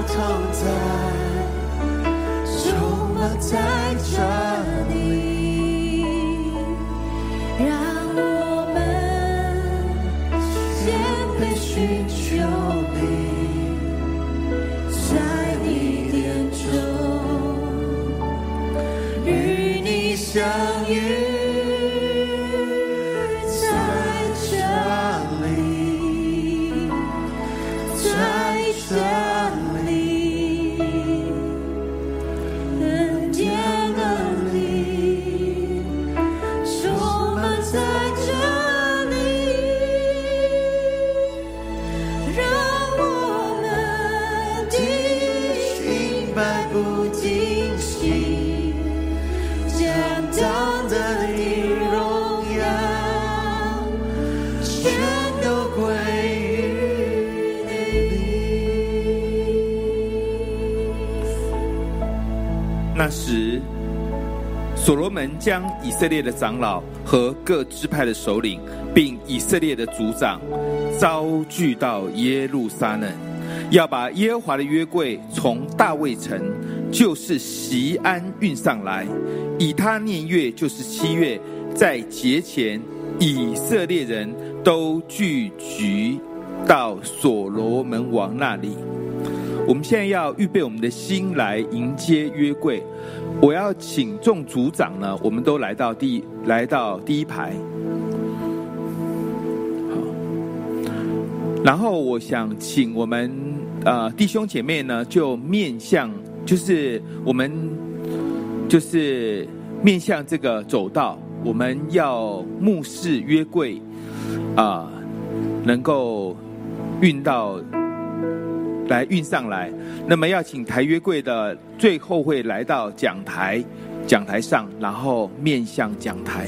同在，充满在这里，让我们谦卑寻求你，在你殿中与你相遇，在这里。在这里，恩典能力充满在这里，让我们的心脉不停息，简单的你荣耀。全都归于那时，所罗门将以色列的长老和各支派的首领，并以色列的族长，招聚到耶路撒冷，要把耶和华的约柜从大卫城，就是西安运上来，以他念月就是七月，在节前，以色列人都聚集到所罗门王那里。我们现在要预备我们的心来迎接约柜。我要请众组长呢，我们都来到第来到第一排。好，然后我想请我们呃弟兄姐妹呢，就面向就是我们就是面向这个走道，我们要目视约柜啊、能够运到来运上来。那么要请台约柜的最后会来到讲台，讲台上，然后面向讲台。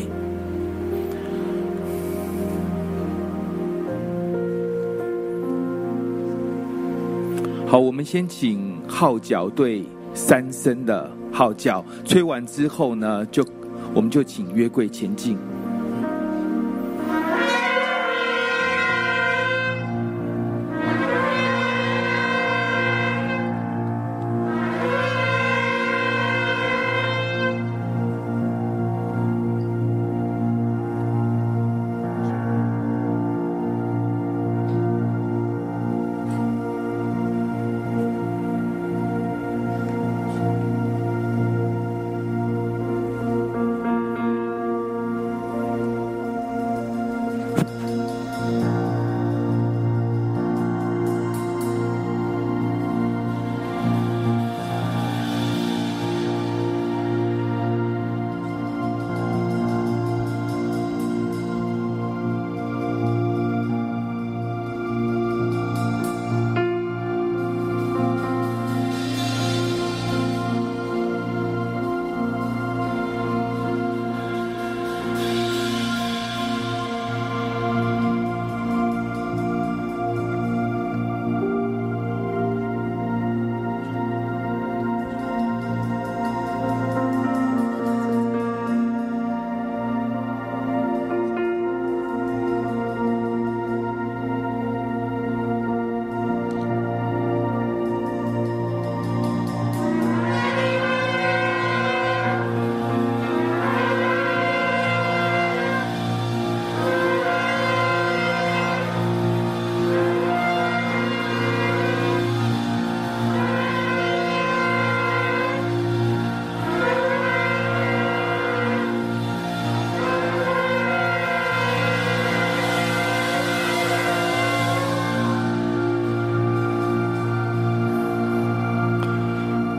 好，我们先请号角队三声的号角吹完之后呢，就我们就请约柜前进。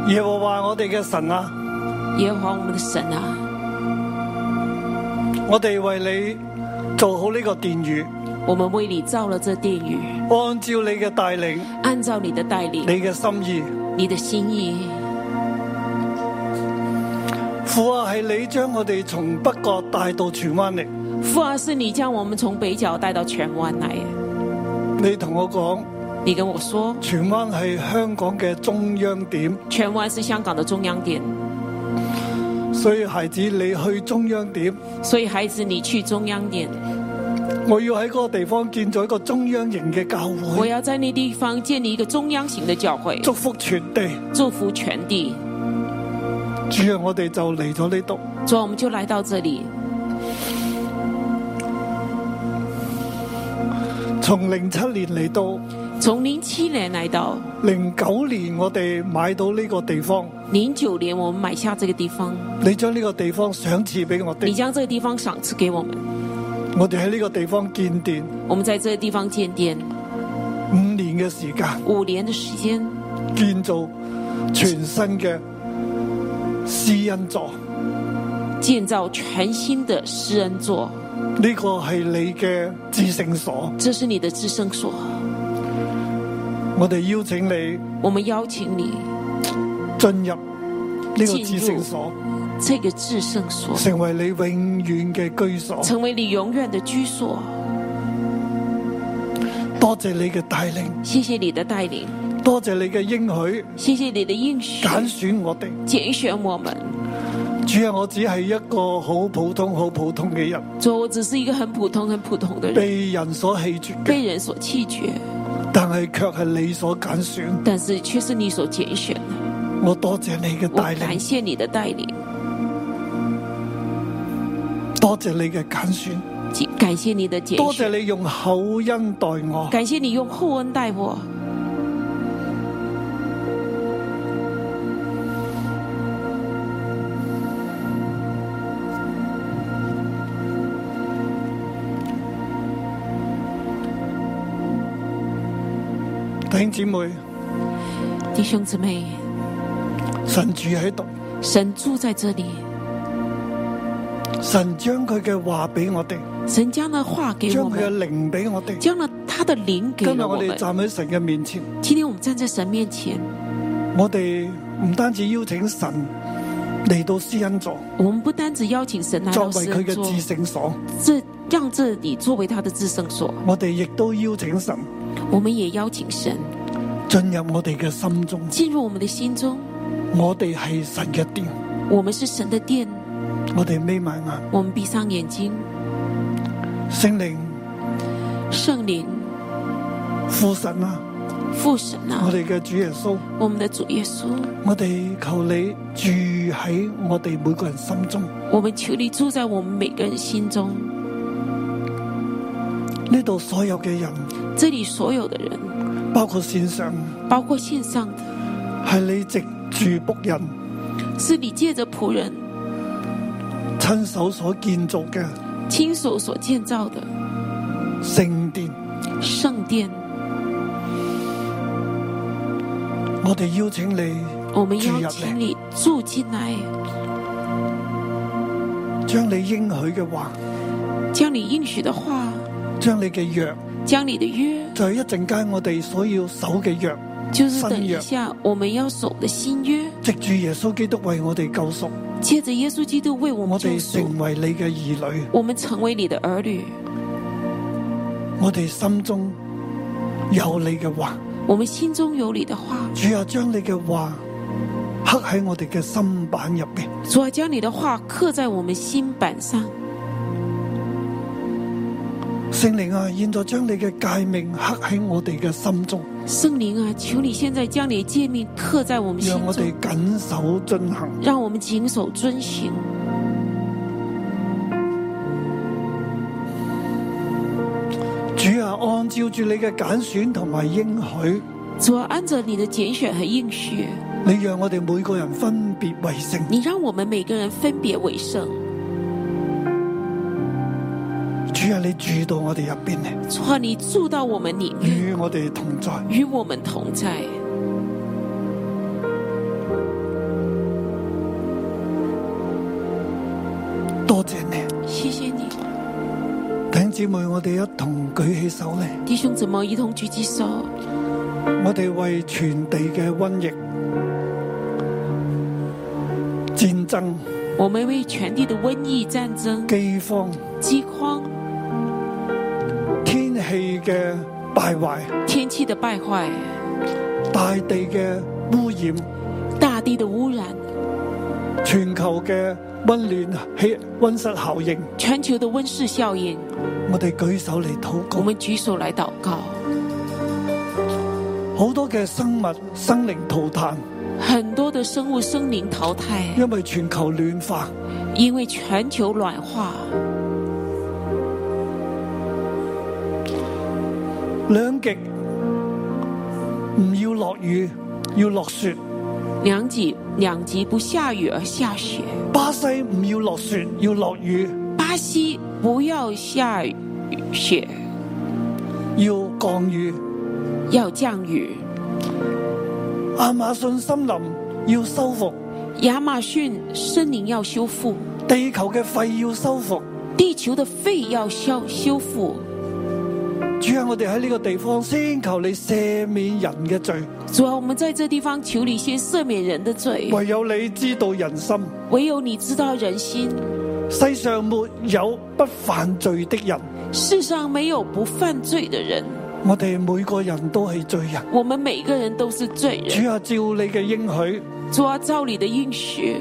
耶和华我哋嘅神啊，耶和华我们的神啊，我哋为你做好呢个殿宇，我们为你造了这殿宇，按照你嘅带领，按照你的带领，你嘅心意。你的心意，父啊，系你将我哋从北角带到荃湾嚟，父啊，是你将我们从北角带到荃湾来。你同我讲，你跟我说，荃湾系香港嘅中央点，荃湾是香港的中央点，所以孩子你去中央点，所以孩子，你去中央点，我要喺嗰個地方建造一個中央型嘅教我會，要在那地方建立一个中央型的教会，祝福全地。祝福全地。主啊，我哋就嚟咗呢度，主啊，我们就来到这里，從零七年嚟到从零七年来到零九年，我哋買到呢個地方，零九年，我们买下这个地方，你將呢個地方賞賜俾我你哋，将这个地方赏赐给我们，我哋喺呢個地方建殿我们在这个地方建殿五年嘅時間，五年的时间，建造全新嘅施恩座。建造全新的施恩座，呢個係你嘅至聖所，这是你的至圣所。我哋邀請你我们邀请你進入呢個至聖所，这个至圣所，成為你永遠嘅居所。成为你永远的居所。多謝你嘅帶領，谢谢你的带领，多謝你嘅應許，谢谢你的应许，揀選我哋。拣选我们。主啊，我只係一個好普通、好普通嘅人，主啊，我只是一个很普通、很普通的人，被人所棄絕嘅，被人所弃绝，但係卻係你所揀選。但是却是你所拣选的。我多謝你嘅我帶感領，谢你的带领，多謝你嘅揀選，感感谢你的拣多謝选，你用厚恩待我。感谢你用厚恩待我。弟兄姊妹，弟兄姊妹，神住喺度，神住在这里，神將佢嘅話俾我哋，神将那话给將我佢嘅们，靈俾我哋。将了他的灵给今日了我我哋们。站喺神嘅面前，今天我们站在神面前，我哋唔單止邀請神嚟到施恩座，我们不单只邀请神来作到為施佢恩嘅座，至聖所，这让这里作为他的至圣所，我哋亦都邀請神我们也邀请神進入我哋嘅心中。进入我们的心中。我哋係神嘅殿，我们是神的殿，我哋眯埋眼，我们闭上眼睛，聖靈圣灵、父神啊，父神我啊，哋嘅主耶穌，我们的主耶稣，我哋求你住喺我哋每個人心中。我们求你住在我们每个人心中。呢度所有嘅人，这里所有的人，包括線上，包括线上的，係你藉住仆人是你借着仆人親手所建造嘅亲手所建造的聖殿。圣殿。我哋邀請你我们住入邀嚟请你住进来，将你應許嘅話，将你应许的话，將你嘅約，将你的约，就係一陣間我哋所要守嘅約，就是新等约一下我们要守的新约，藉住耶穌基督為我哋救贖，借着耶稣基督为我们我救哋赎，成為你嘅兒女，我们成为你的儿女。我哋心中有你嘅話，我们心中有你的话，主啊，將你嘅話刻喺我哋嘅心板入边，主要将你的话刻在我们心板上。聖靈啊，現在將你嘅誡命刻喺我哋嘅心中，圣灵啊，求你现在将你的诫命刻在我们心讓我中哋，緊守遵行。让我们谨守遵行。主啊，按照住你嘅揀選同埋應許，主要按着你的拣选和应许，你讓我哋每個人分別為聖。你让我们每个人分别为圣。主啊，你住到我哋入边嚟，主啊，你住到我们里面，與我哋同在。与我们同在。多謝你，谢谢你，弟兄姊妹，我哋一同舉起手嚟，弟兄姊妹，一同举起手，我哋為全地嘅瘟疫、戰爭、我们为全地的瘟疫、战争、饑荒、饥荒、天氣嘅敗壞、天气的败坏、大地嘅污染、大地的污染、全球嘅温暖气温室效應。全球的温室效应。我哋舉手嚟禱我告，们举手来祷告，好多嘅生物生靈淘汰，很多的生物生灵淘汰，因為全球暖化。因为全球暖化。兩極唔要落雨，要落雪。两极两极不下雨而下雪，巴西唔要落雪，要落雨，巴西不要下雨雪，要降雨。要降雨。亞馬遜森林要修復，亚马逊森林要修复，地球嘅肺要修復。地球的肺要修修复。主啊，我哋喺呢個地方先求你赦免人嘅罪，主要我们在这地方求你先赦免人的罪，唯有你知道人心。唯有你知道人心，世上沒有不犯罪的人，世上没有不犯罪的人，我哋每個人都係罪人。我们每个人都是罪人。主啊，照你嘅應許，主啊，照你的应许，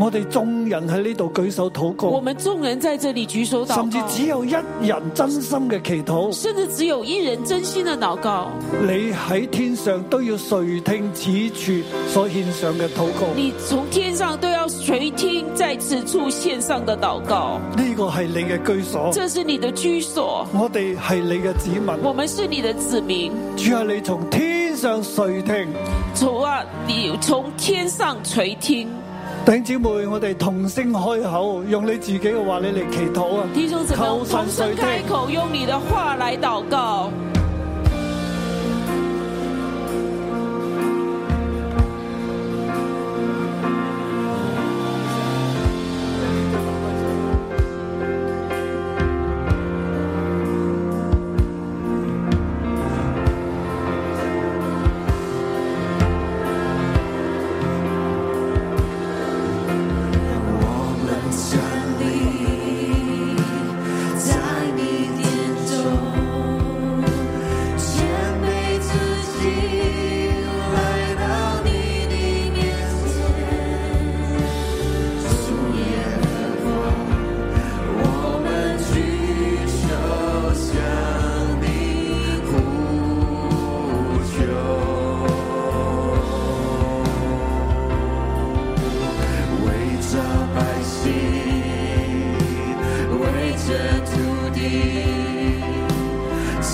我哋眾人喺呢度舉手禱我告，们众人在这里举手祷哦甚至告，只有一人真心嘅祈禱，甚至只有一人真心的祷告。你喺天上都要垂聽此處所獻上嘅禱告。你从天上都要垂听在此处献上的祷告，呢個係你嘅居所，这是你的居所，我哋係你嘅子民。我们是你的子民。主啊，你從天上垂聽。主啊，你从天上垂听。弟兄姊妹，我哋同聲開口，用你自己嘅話你嚟祈禱啊！弟兄姊妹，求我们同神垂声开聽。口，用你的话来祷告。在你眼中，谦卑自己，来到你的面前，树叶和风，我们举手向你呼求，为这百姓。为这土地，谦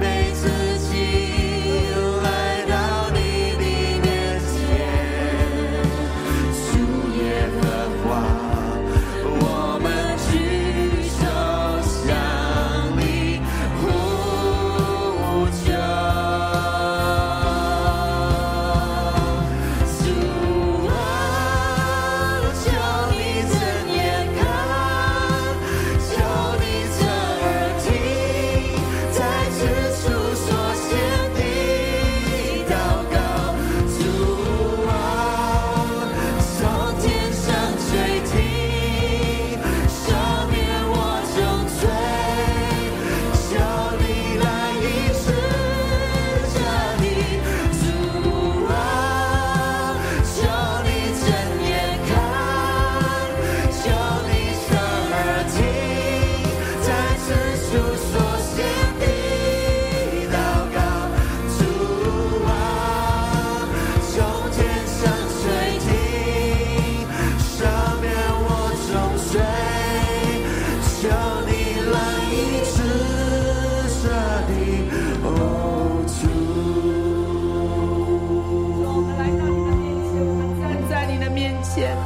卑自己，来到你的面前，树叶和花，我们举手向你呼求。主啊，求你睁眼看，求你侧耳听，在此处所献的祷告。主啊，从天上垂听，赦免我重罪，求你来医治这地。主啊，求你睁眼看，求你侧耳听，在此处所献的祷告。主啊，从天上垂听，赦免我重罪，求你来医治这地。哦，主。我们来到你的面前，我们站在你的面前，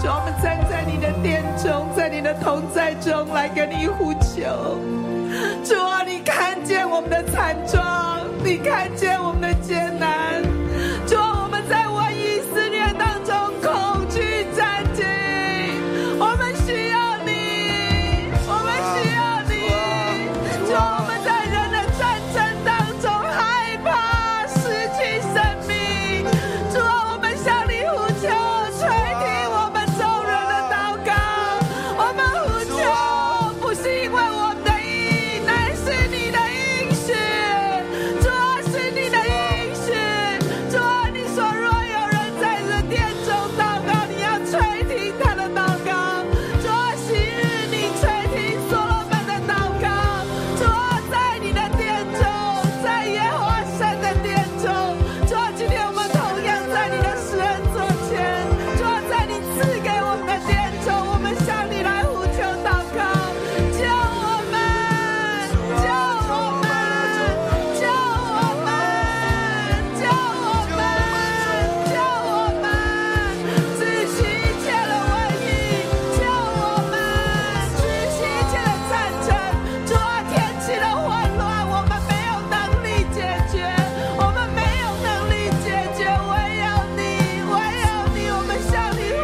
主，我们站在你的殿中，在你的同在中来跟你呼求。主啊，你看见我们的惨状，你看见我们的艰难。主啊，我们在瘟疫肆虐当中恐惧战惊，我们需要你，我们需要你。主啊，我们在人的战争当中害怕失去生命。主啊，我们向你呼求，垂听我们众人的祷告，我们呼求。不是因为我们的意义，乃是你的应许。啊啊啊啊啊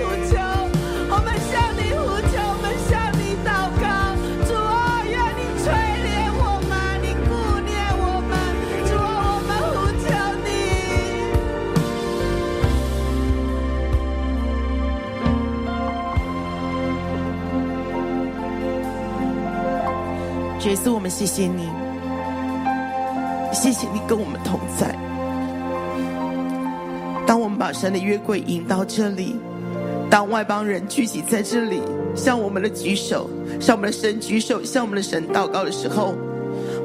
啊啊耶稣，我们谢谢你，谢谢你跟我们同在。当我们把神的约柜引到这里，当外邦人聚集在这里，向我们的举手，向我们的神举手，向我们的神祷告的时候，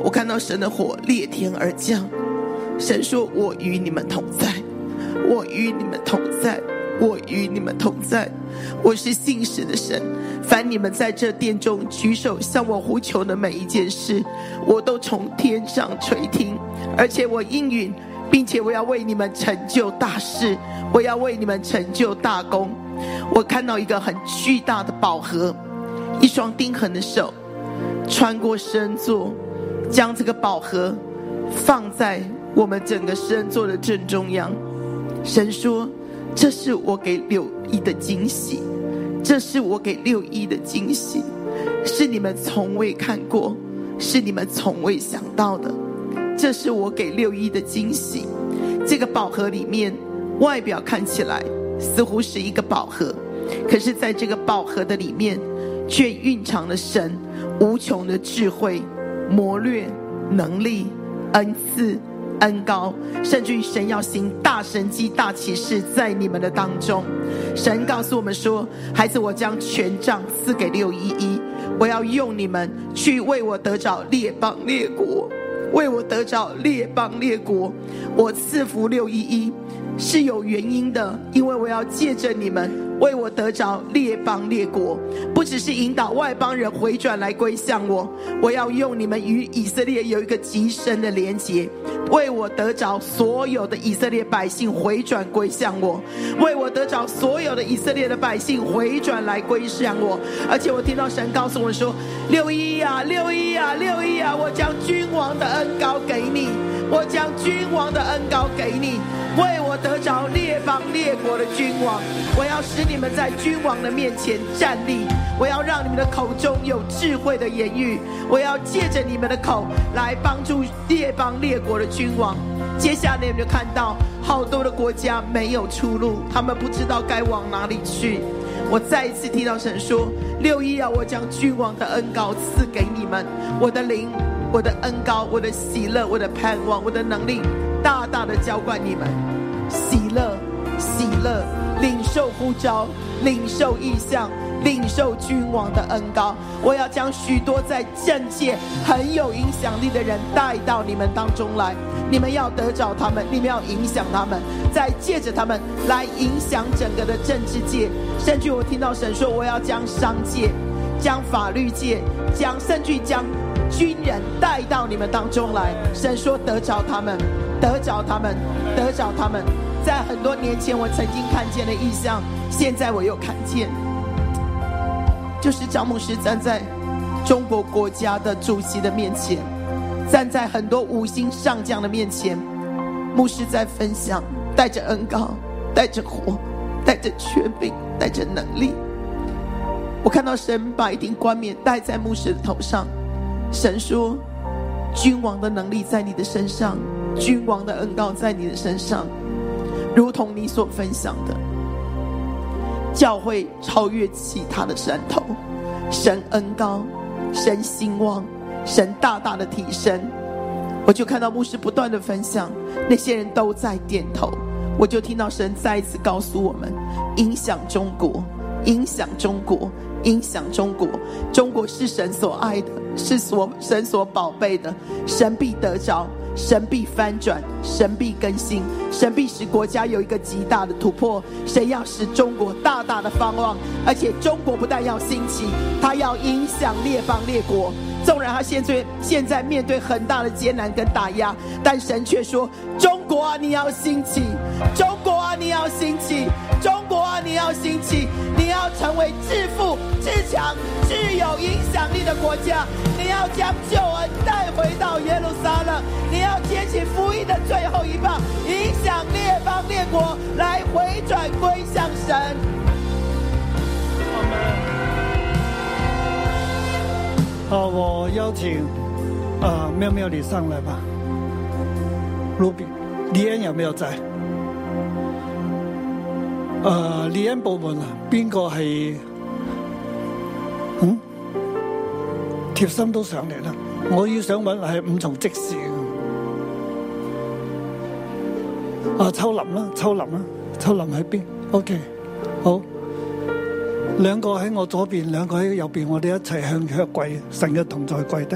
我看到神的火裂天而降。神说：“我与你们同在，我与你们同在，我与你们同在。我是信实的神，凡你们在这殿中举手向我呼求的每一件事，我都从天上垂听，而且我应允，并且我要为你们成就大事，我要为你们成就大功。我看到一个很巨大的宝盒，一双钉痕的手，穿过深座，将这个宝盒放在我们整个施恩座的正中央。神说：“这是我给六一的惊喜，这是我给六一的惊喜，是你们从未看过，是你们从未想到的。这是我给六一的惊喜。这个宝盒里面，外表看起来似乎是一个宝盒，可是在这个宝盒的里面，却蕴藏了神无穷的智慧、谋略、能力、恩赐、恩高，甚至于神要行大神迹、大奇事在你们的当中。神告诉我们说：“孩子，我将权杖赐给六一一，我要用你们去为我得着列邦列国，为我得着列邦列国。我赐福六一一是有原因的，因为我要借着你们为我得着列邦列国，不只是引导外邦人回转来归向我，我要用你们与以色列有一个极深的连结，为我得着所有的以色列百姓回转归向我，为我得着所有的以色列的百姓回转来归向我。而且我听到神告诉我说：“六一啊，六一啊，六一啊，我将君王的恩高给你，我将君王的恩高给你，为我得着列邦列国的君王。我要使你们在君王的面前站立，我要让你们的口中有智慧的言语，我要借着你们的口来帮助列邦列国的君王。”接下来你们就看到好多的国家没有出路，他们不知道该往哪里去。我再一次听到神说：“六一啊，我将君王的恩膏赐给你们，我的灵，我的恩膏，我的喜乐，我的盼望，我的能力，大大的浇灌你们。喜乐，喜乐，领受呼召，领受意象，领受君王的恩膏。我要将许多在政界很有影响力的人带到你们当中来，你们要得着他们，你们要影响他们，再借着他们来影响整个的政治界。甚至我听到神说，我要将商界。将法律界、将甚至将军人带到你们当中来。神说得着他们，得着他们，得着他们。在很多年前我曾经看见的意象，现在我又看见，就是张牧师站在中国国家的主席的面前，站在很多五星上将的面前，牧师在分享，带着恩膏，带着火，带着权柄，带着能力。我看到神把一顶冠冕戴在牧师的头上。神说：“君王的能力在你的身上，君王的恩膏在你的身上，如同你所分享的，教会超越其他的山头，神恩膏，神兴旺，神大大的提升。”我就看到牧师不断的分享，那些人都在点头。我就听到神再一次告诉我们：影响中国，影响中国，影响中国。中国是神所爱的，是所神所宝贝的，神必得着，神必翻转，神必更新，神必使国家有一个极大的突破。神要使中国大大的发旺，而且中国不但要兴起，它要影响列邦列国。纵然他现在现在面对很大的艰难跟打压，但神却说：“中国啊，你要兴起！中国啊，你要兴起！中国啊，你要兴起！你要成为致富、至强、具有影响力的国家！你要将救恩带回到耶路撒冷！你要捡起福音的最后一棒，影响列邦列国，来回转归向神。”好，啊我邀请啊、妙妙你上来吧。Ruby，李恩有没有在？诶、李恩部門啊，邊個係？嗯，貼心都上嚟啦。我要想揾係五重即時嘅。啊，秋林啦，秋林啦，秋林喺邊？OK，好。兩個喺我左邊，兩個喺右邊，我哋一齊向腳跪，神嘅同在跪低。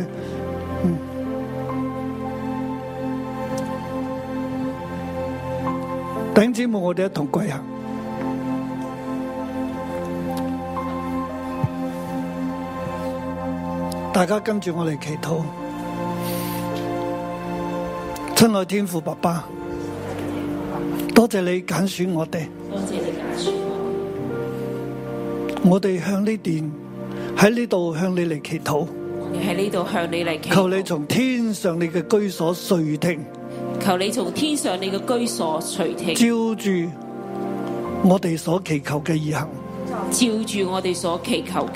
嗯，弟兄姊妹，我哋一同跪下。大家跟住我嚟祈禱。親愛天父爸爸，多謝你揀選我哋，多谢你拣选我，我哋向呢殿喺呢度向你嚟祈禱，我哋喺呢度向你嚟祈禱求你從天上你嘅居所垂聽，求你從天上你嘅居所垂聽，照住我哋所祈求嘅而行，照住我哋所祈求嘅，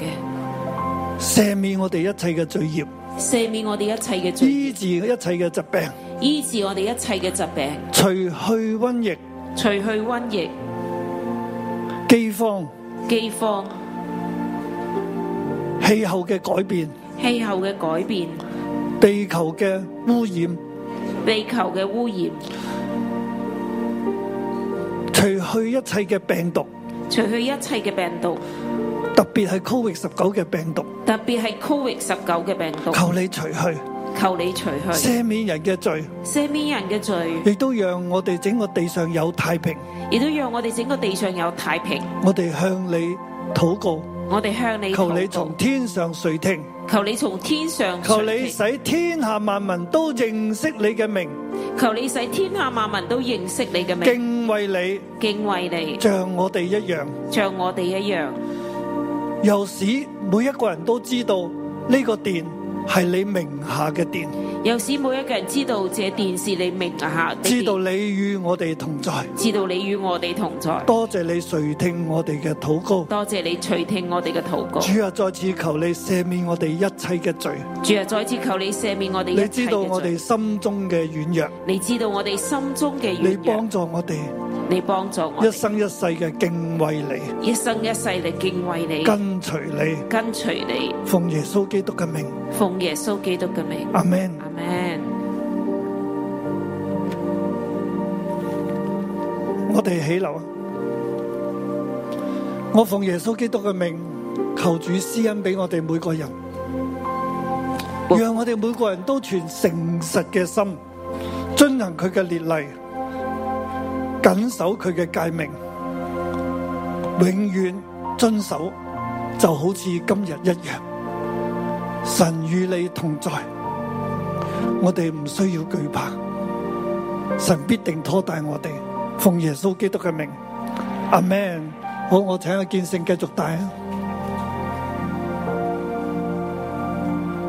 赦免我哋一切嘅罪孽，赦免我哋一切嘅罪，醫治一切嘅疾病，醫治我哋一切嘅疾病，除去瘟疫、除去瘟疫、饑荒、饑荒、氣候嘅改變、氣候嘅改變、地球嘅污染。地球嘅污染，除去一切嘅病毒，除去一切嘅病毒，特別係 Covid 十九嘅病毒，特別係 Covid 十九嘅病毒，求你除去，求你除去，赦免人嘅罪，赦免人嘅罪，亦都讓我哋整個地上有太平。亦都讓我哋整個地上有太平。我哋向你禱告，我哋向你求禱你告從天上垂聽，求你從天上求垂你聽使天下萬民都認識你嘅名，求你使天下萬民都認識你嘅名，敬畏你，敬畏你，像我哋一樣，像我哋一樣，又使每一個人都知道呢個殿係你名下嘅殿，又使每一個人知道這殿是你名下的知殿道你與我哋同在。啊知道你與我哋同在。多謝你垂聽我哋嘅禱告。多謝你垂聽我哋嘅禱告，主啊，再次求你赦免我哋一切嘅罪。主啊，再次求你赦免我哋一切你嘅罪知道我哋心中嘅軟弱，你知道我哋心中嘅你軟弱幫，助我哋你幫助我一哋生一世嘅敬畏你，一生一世嚟敬畏你，跟隨你，跟隨你，奉耶穌基督嘅名，奉耶穌基督嘅名，阿 Man，阿門。我哋起立啊！我奉耶穌基督嘅名，求主施恩俾我哋每個人，我讓我哋每個人都存誠實嘅心，遵行佢嘅列例，謹守佢嘅誡命，永遠遵守，就好似今日一樣。神與你同在，我哋唔需要懼怕，神必定拖帶我哋。奉耶穌基督嘅名，阿 Man，好，我請阿建聖繼續帶啊。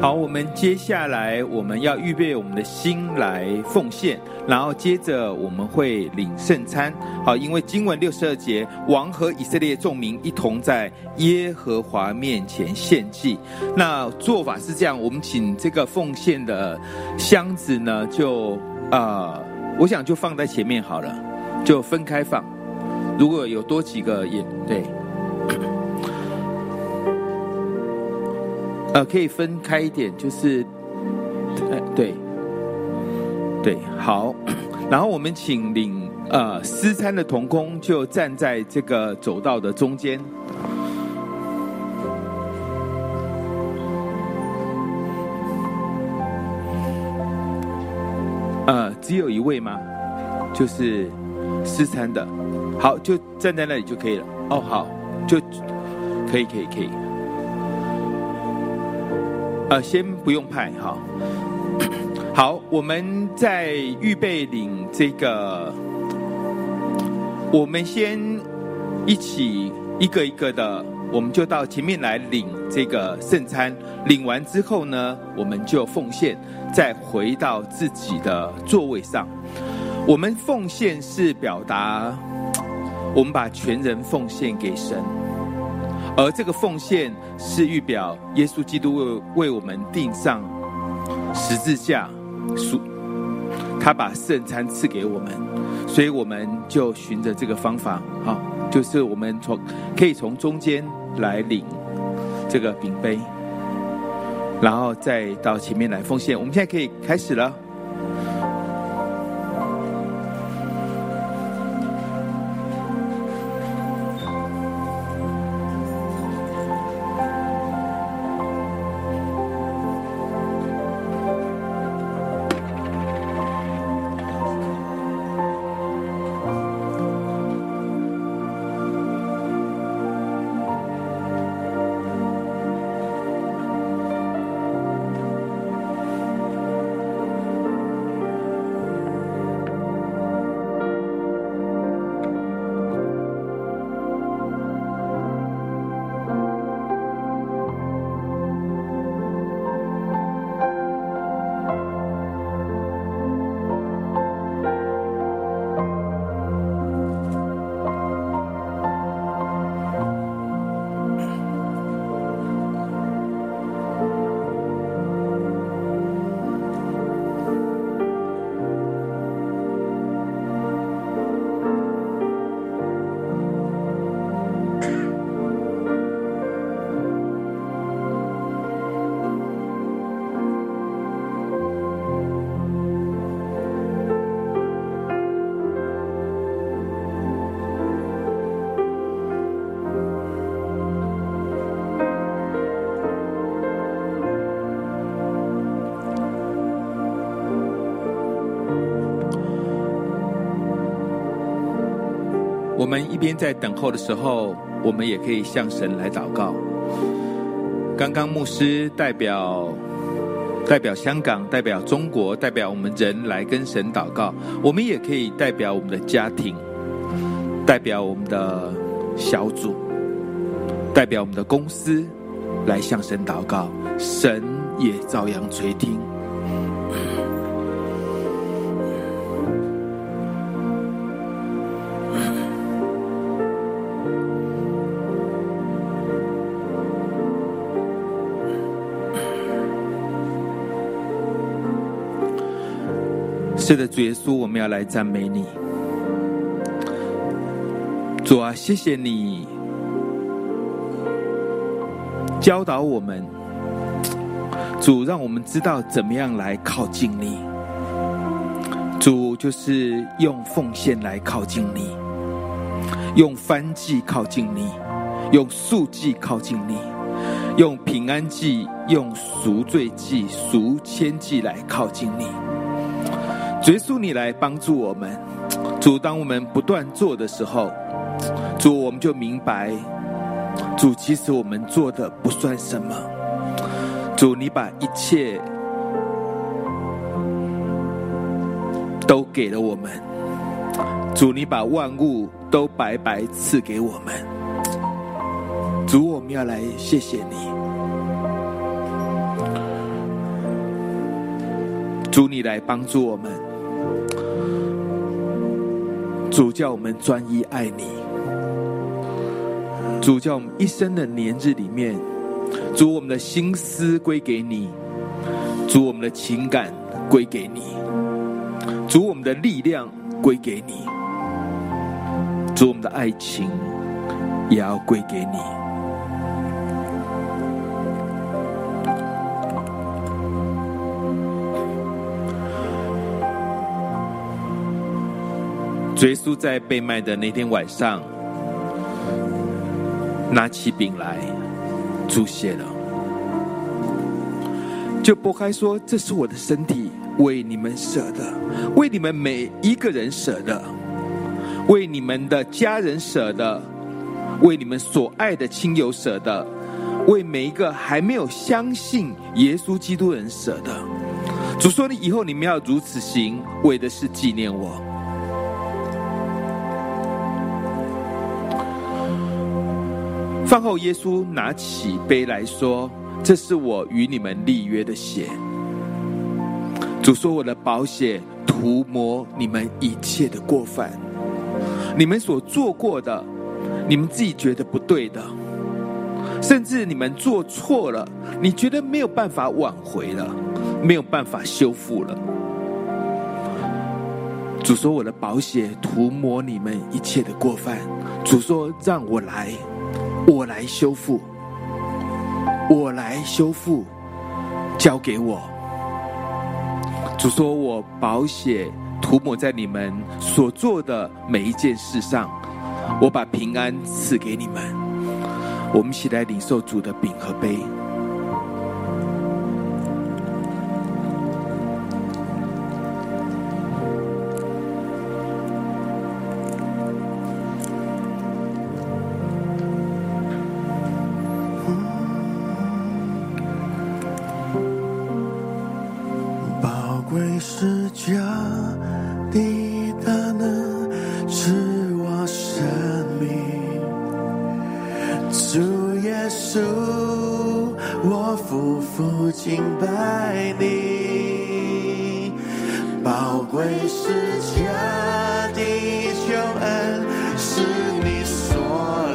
好，我们接下来我们要预备我们的心来奉献，然后接着我们会领圣餐。好，因为经文六十二节，王和以色列众民一同在耶和华面前献祭。那做法是这样，我们请这个奉献的箱子呢，就呃，我想就放在前面好了，就分开放。如果有多几个也对。呃，可以分开一点，就是，呃，对，对，好。 然后我们请领呃私餐的童工就站在这个走道的中间。呃，只有一位吗？就是私餐的，好，就站在那里就可以了。哦，好，就可以，可以，可以。呃，先不用派哈。 好，我们在预备领这个，我们先一起一个一个的，我们就到前面来领这个圣餐。领完之后呢，我们就奉献，再回到自己的座位上。我们奉献是表达，我们把全人奉献给神。而这个奉献是预表耶稣基督为为我们钉上十字架，赎他把圣餐赐给我们，所以我们就循着这个方法，好，就是我们从可以从中间来领这个饼杯。然后再到前面来奉献。我们现在可以开始了。我们一边在等候的时候，我们也可以向神来祷告。刚刚牧师代表代表香港、代表中国、代表我们人来跟神祷告，我们也可以代表我们的家庭，代表我们的小组，代表我们的公司来向神祷告，神也照样垂听。是的，主耶稣，我们要来赞美你。主啊，谢谢你教导我们，主让我们知道怎么样来靠近你。主就是用奉献来靠近你，用翻祭靠近你，用素祭靠近你，用平安祭、用赎罪祭、赎愆祭来靠近你。主耶稣，你来帮助我们。主，当我们不断做的时候，主，我们就明白，主，其实我们做的不算什么。主，你把一切都给了我们。主，你把万物都白白赐给我们。主，我们要来谢谢你。主，你来帮助我们。主叫我们专一爱你。主叫我们一生的年日里面，主我们的心思归给你，主我们的情感归给你，主我们的力量归给你，主我们的爱情也要归给你。主耶稣在被卖的那天晚上，拿起饼来，注谢了，就拨开说：“这是我的身体，为你们舍的，为你们每一个人舍的，为你们的家人舍的，为你们所爱的亲友舍的，为每一个还没有相信耶稣基督的人舍的。”主说：“你以后你们要如此行，为的是纪念我。”饭后，耶稣拿起杯来说：“这是我与你们立约的血。主说：我的宝血涂抹你们一切的过犯，你们所做过的，你们自己觉得不对的，甚至你们做错了，你觉得没有办法挽回了，没有办法修复了。主说：我的宝血涂抹你们一切的过犯。主说：让我来。”我来修复，我来修复，交给我。主说：“我保血涂抹在你们所做的每一件事上，我把平安赐给你们。”我们一起来领受主的饼和杯。宝贵是家的大能，是我生命。主耶稣，我夫妇敬拜你。宝贵是家的救恩，是你所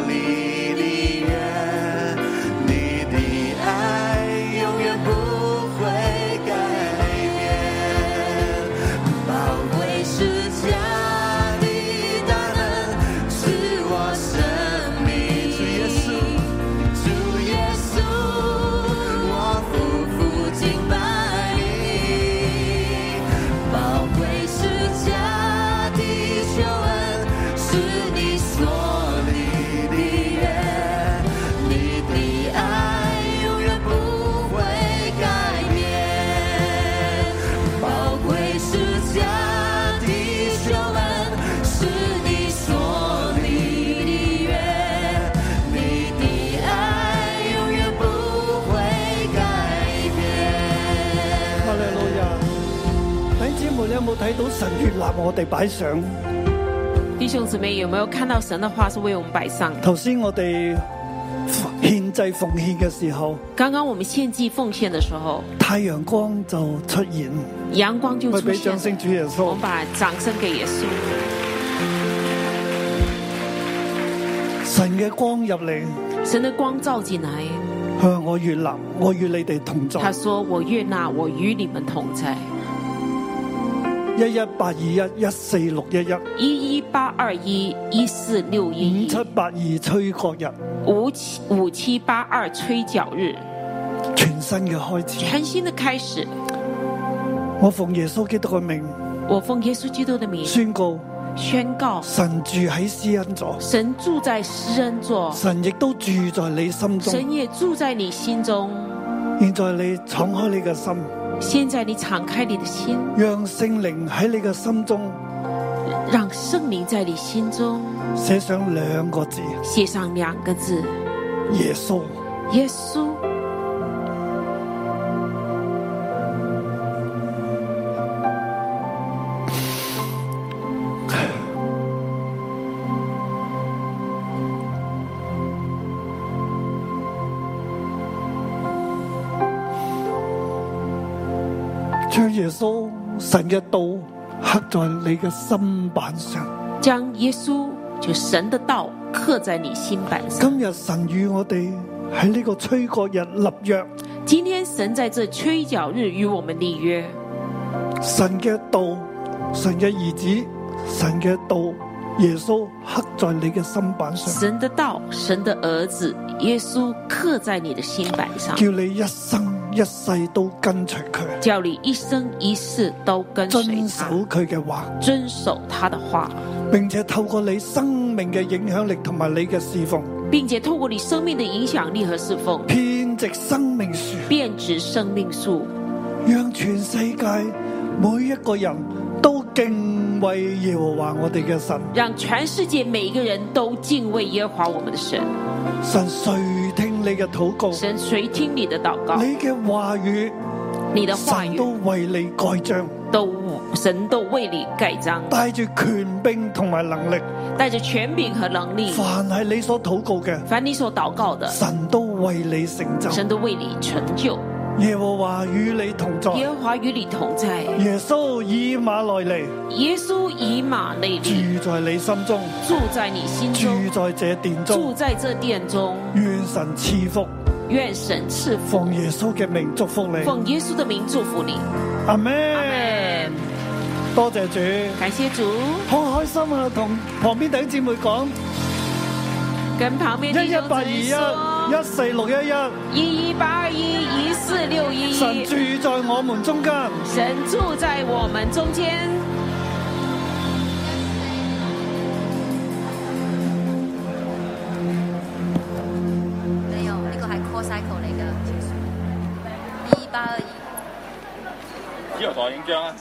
立的约，你的爱永远不会改变。宝贵是家的大能，是我生命。主耶稣，主耶稣，我夫妇敬拜你。宝贵是家的救恩，是你所立的约，你的爱永远不会改变。宝贵是家的救恩，是你所立的约，你的爱永远不会改变。哈利路亚！弟兄姊妹，你有冇睇到神悦納我哋擺上？弟兄姊妹，有没有看到神的话是为我们摆上的？頭先我哋獻祭奉獻嘅時候，刚刚我们献祭奉献的时候，太陽光就出現。阳光就我出俾现掌聲了。主耶我穌们。把掌声给耶稣，神嘅光入嚟，神的光照进来。向我越南，我與你哋同在他。说：“我悦纳，我与你们同在。一一八二一一四六一一一一八二一一四六一五一七八二吹角日，五七五七八二吹角日，全新嘅開始。全新的开始。我奉耶穌基督嘅名我奉耶稣基督的名宣告，宣告：神住喺施恩座，神住在施恩座，神亦都住在你心中。神也住在你心中。現在你敞開你嘅心，现在你敞开你的心，讓聖靈喺你嘅心中让圣灵在你心中寫上兩個字：写上两个字：耶穌。耶稣。將耶穌神嘅道刻在你嘅心板上。将耶稣就神的道刻在你心板上。今日神與我哋喺呢個吹角日立約。今天神在这吹角日与我们立约，神嘅道，神嘅儿子，神嘅道，耶稣刻在你嘅心板上，神的道，神的儿子耶稣刻在你的心板上，叫你一生一世都跟随佢，叫你一生一世都跟随遵守他，佢嘅话，遵守他的话，并且透过你生命嘅影响力同埋你嘅侍奉，并且透过你生命的影响力和侍奉，遍植生命树，遍植生命树，让全世界每一个人都敬畏耶和华我哋嘅神。让全世界每一个人都敬畏耶和华我们的神。神垂听你嘅祷告，神垂听你的祷告，你嘅话语，你的话神语都为你盖章，都神都为你盖章。带住权柄同埋能力。带着权柄和能力，凡系你所祷告嘅，凡你所祷告的，神都为你成就。神都为你成就。耶和华与你同在，耶和华与你同在，耶稣以马内利耶稣以马内利住在你心中，住在你心中住，在这殿住中。在这殿中。愿神赐福，愿神赐福，奉耶稣嘅名祝福你。奉耶稣的名祝福你。阿阿咩？门。多谢主，感谢主，好开心啊！同旁边弟兄姊妹讲。跟旁边弟兄姊妹1181说。一四六一一，一一八一一四六一神一，住在我们中间，神住在我们中间。没有，哎呢、個係 call cycle 嚟㗎。一八二呢度台影張啊，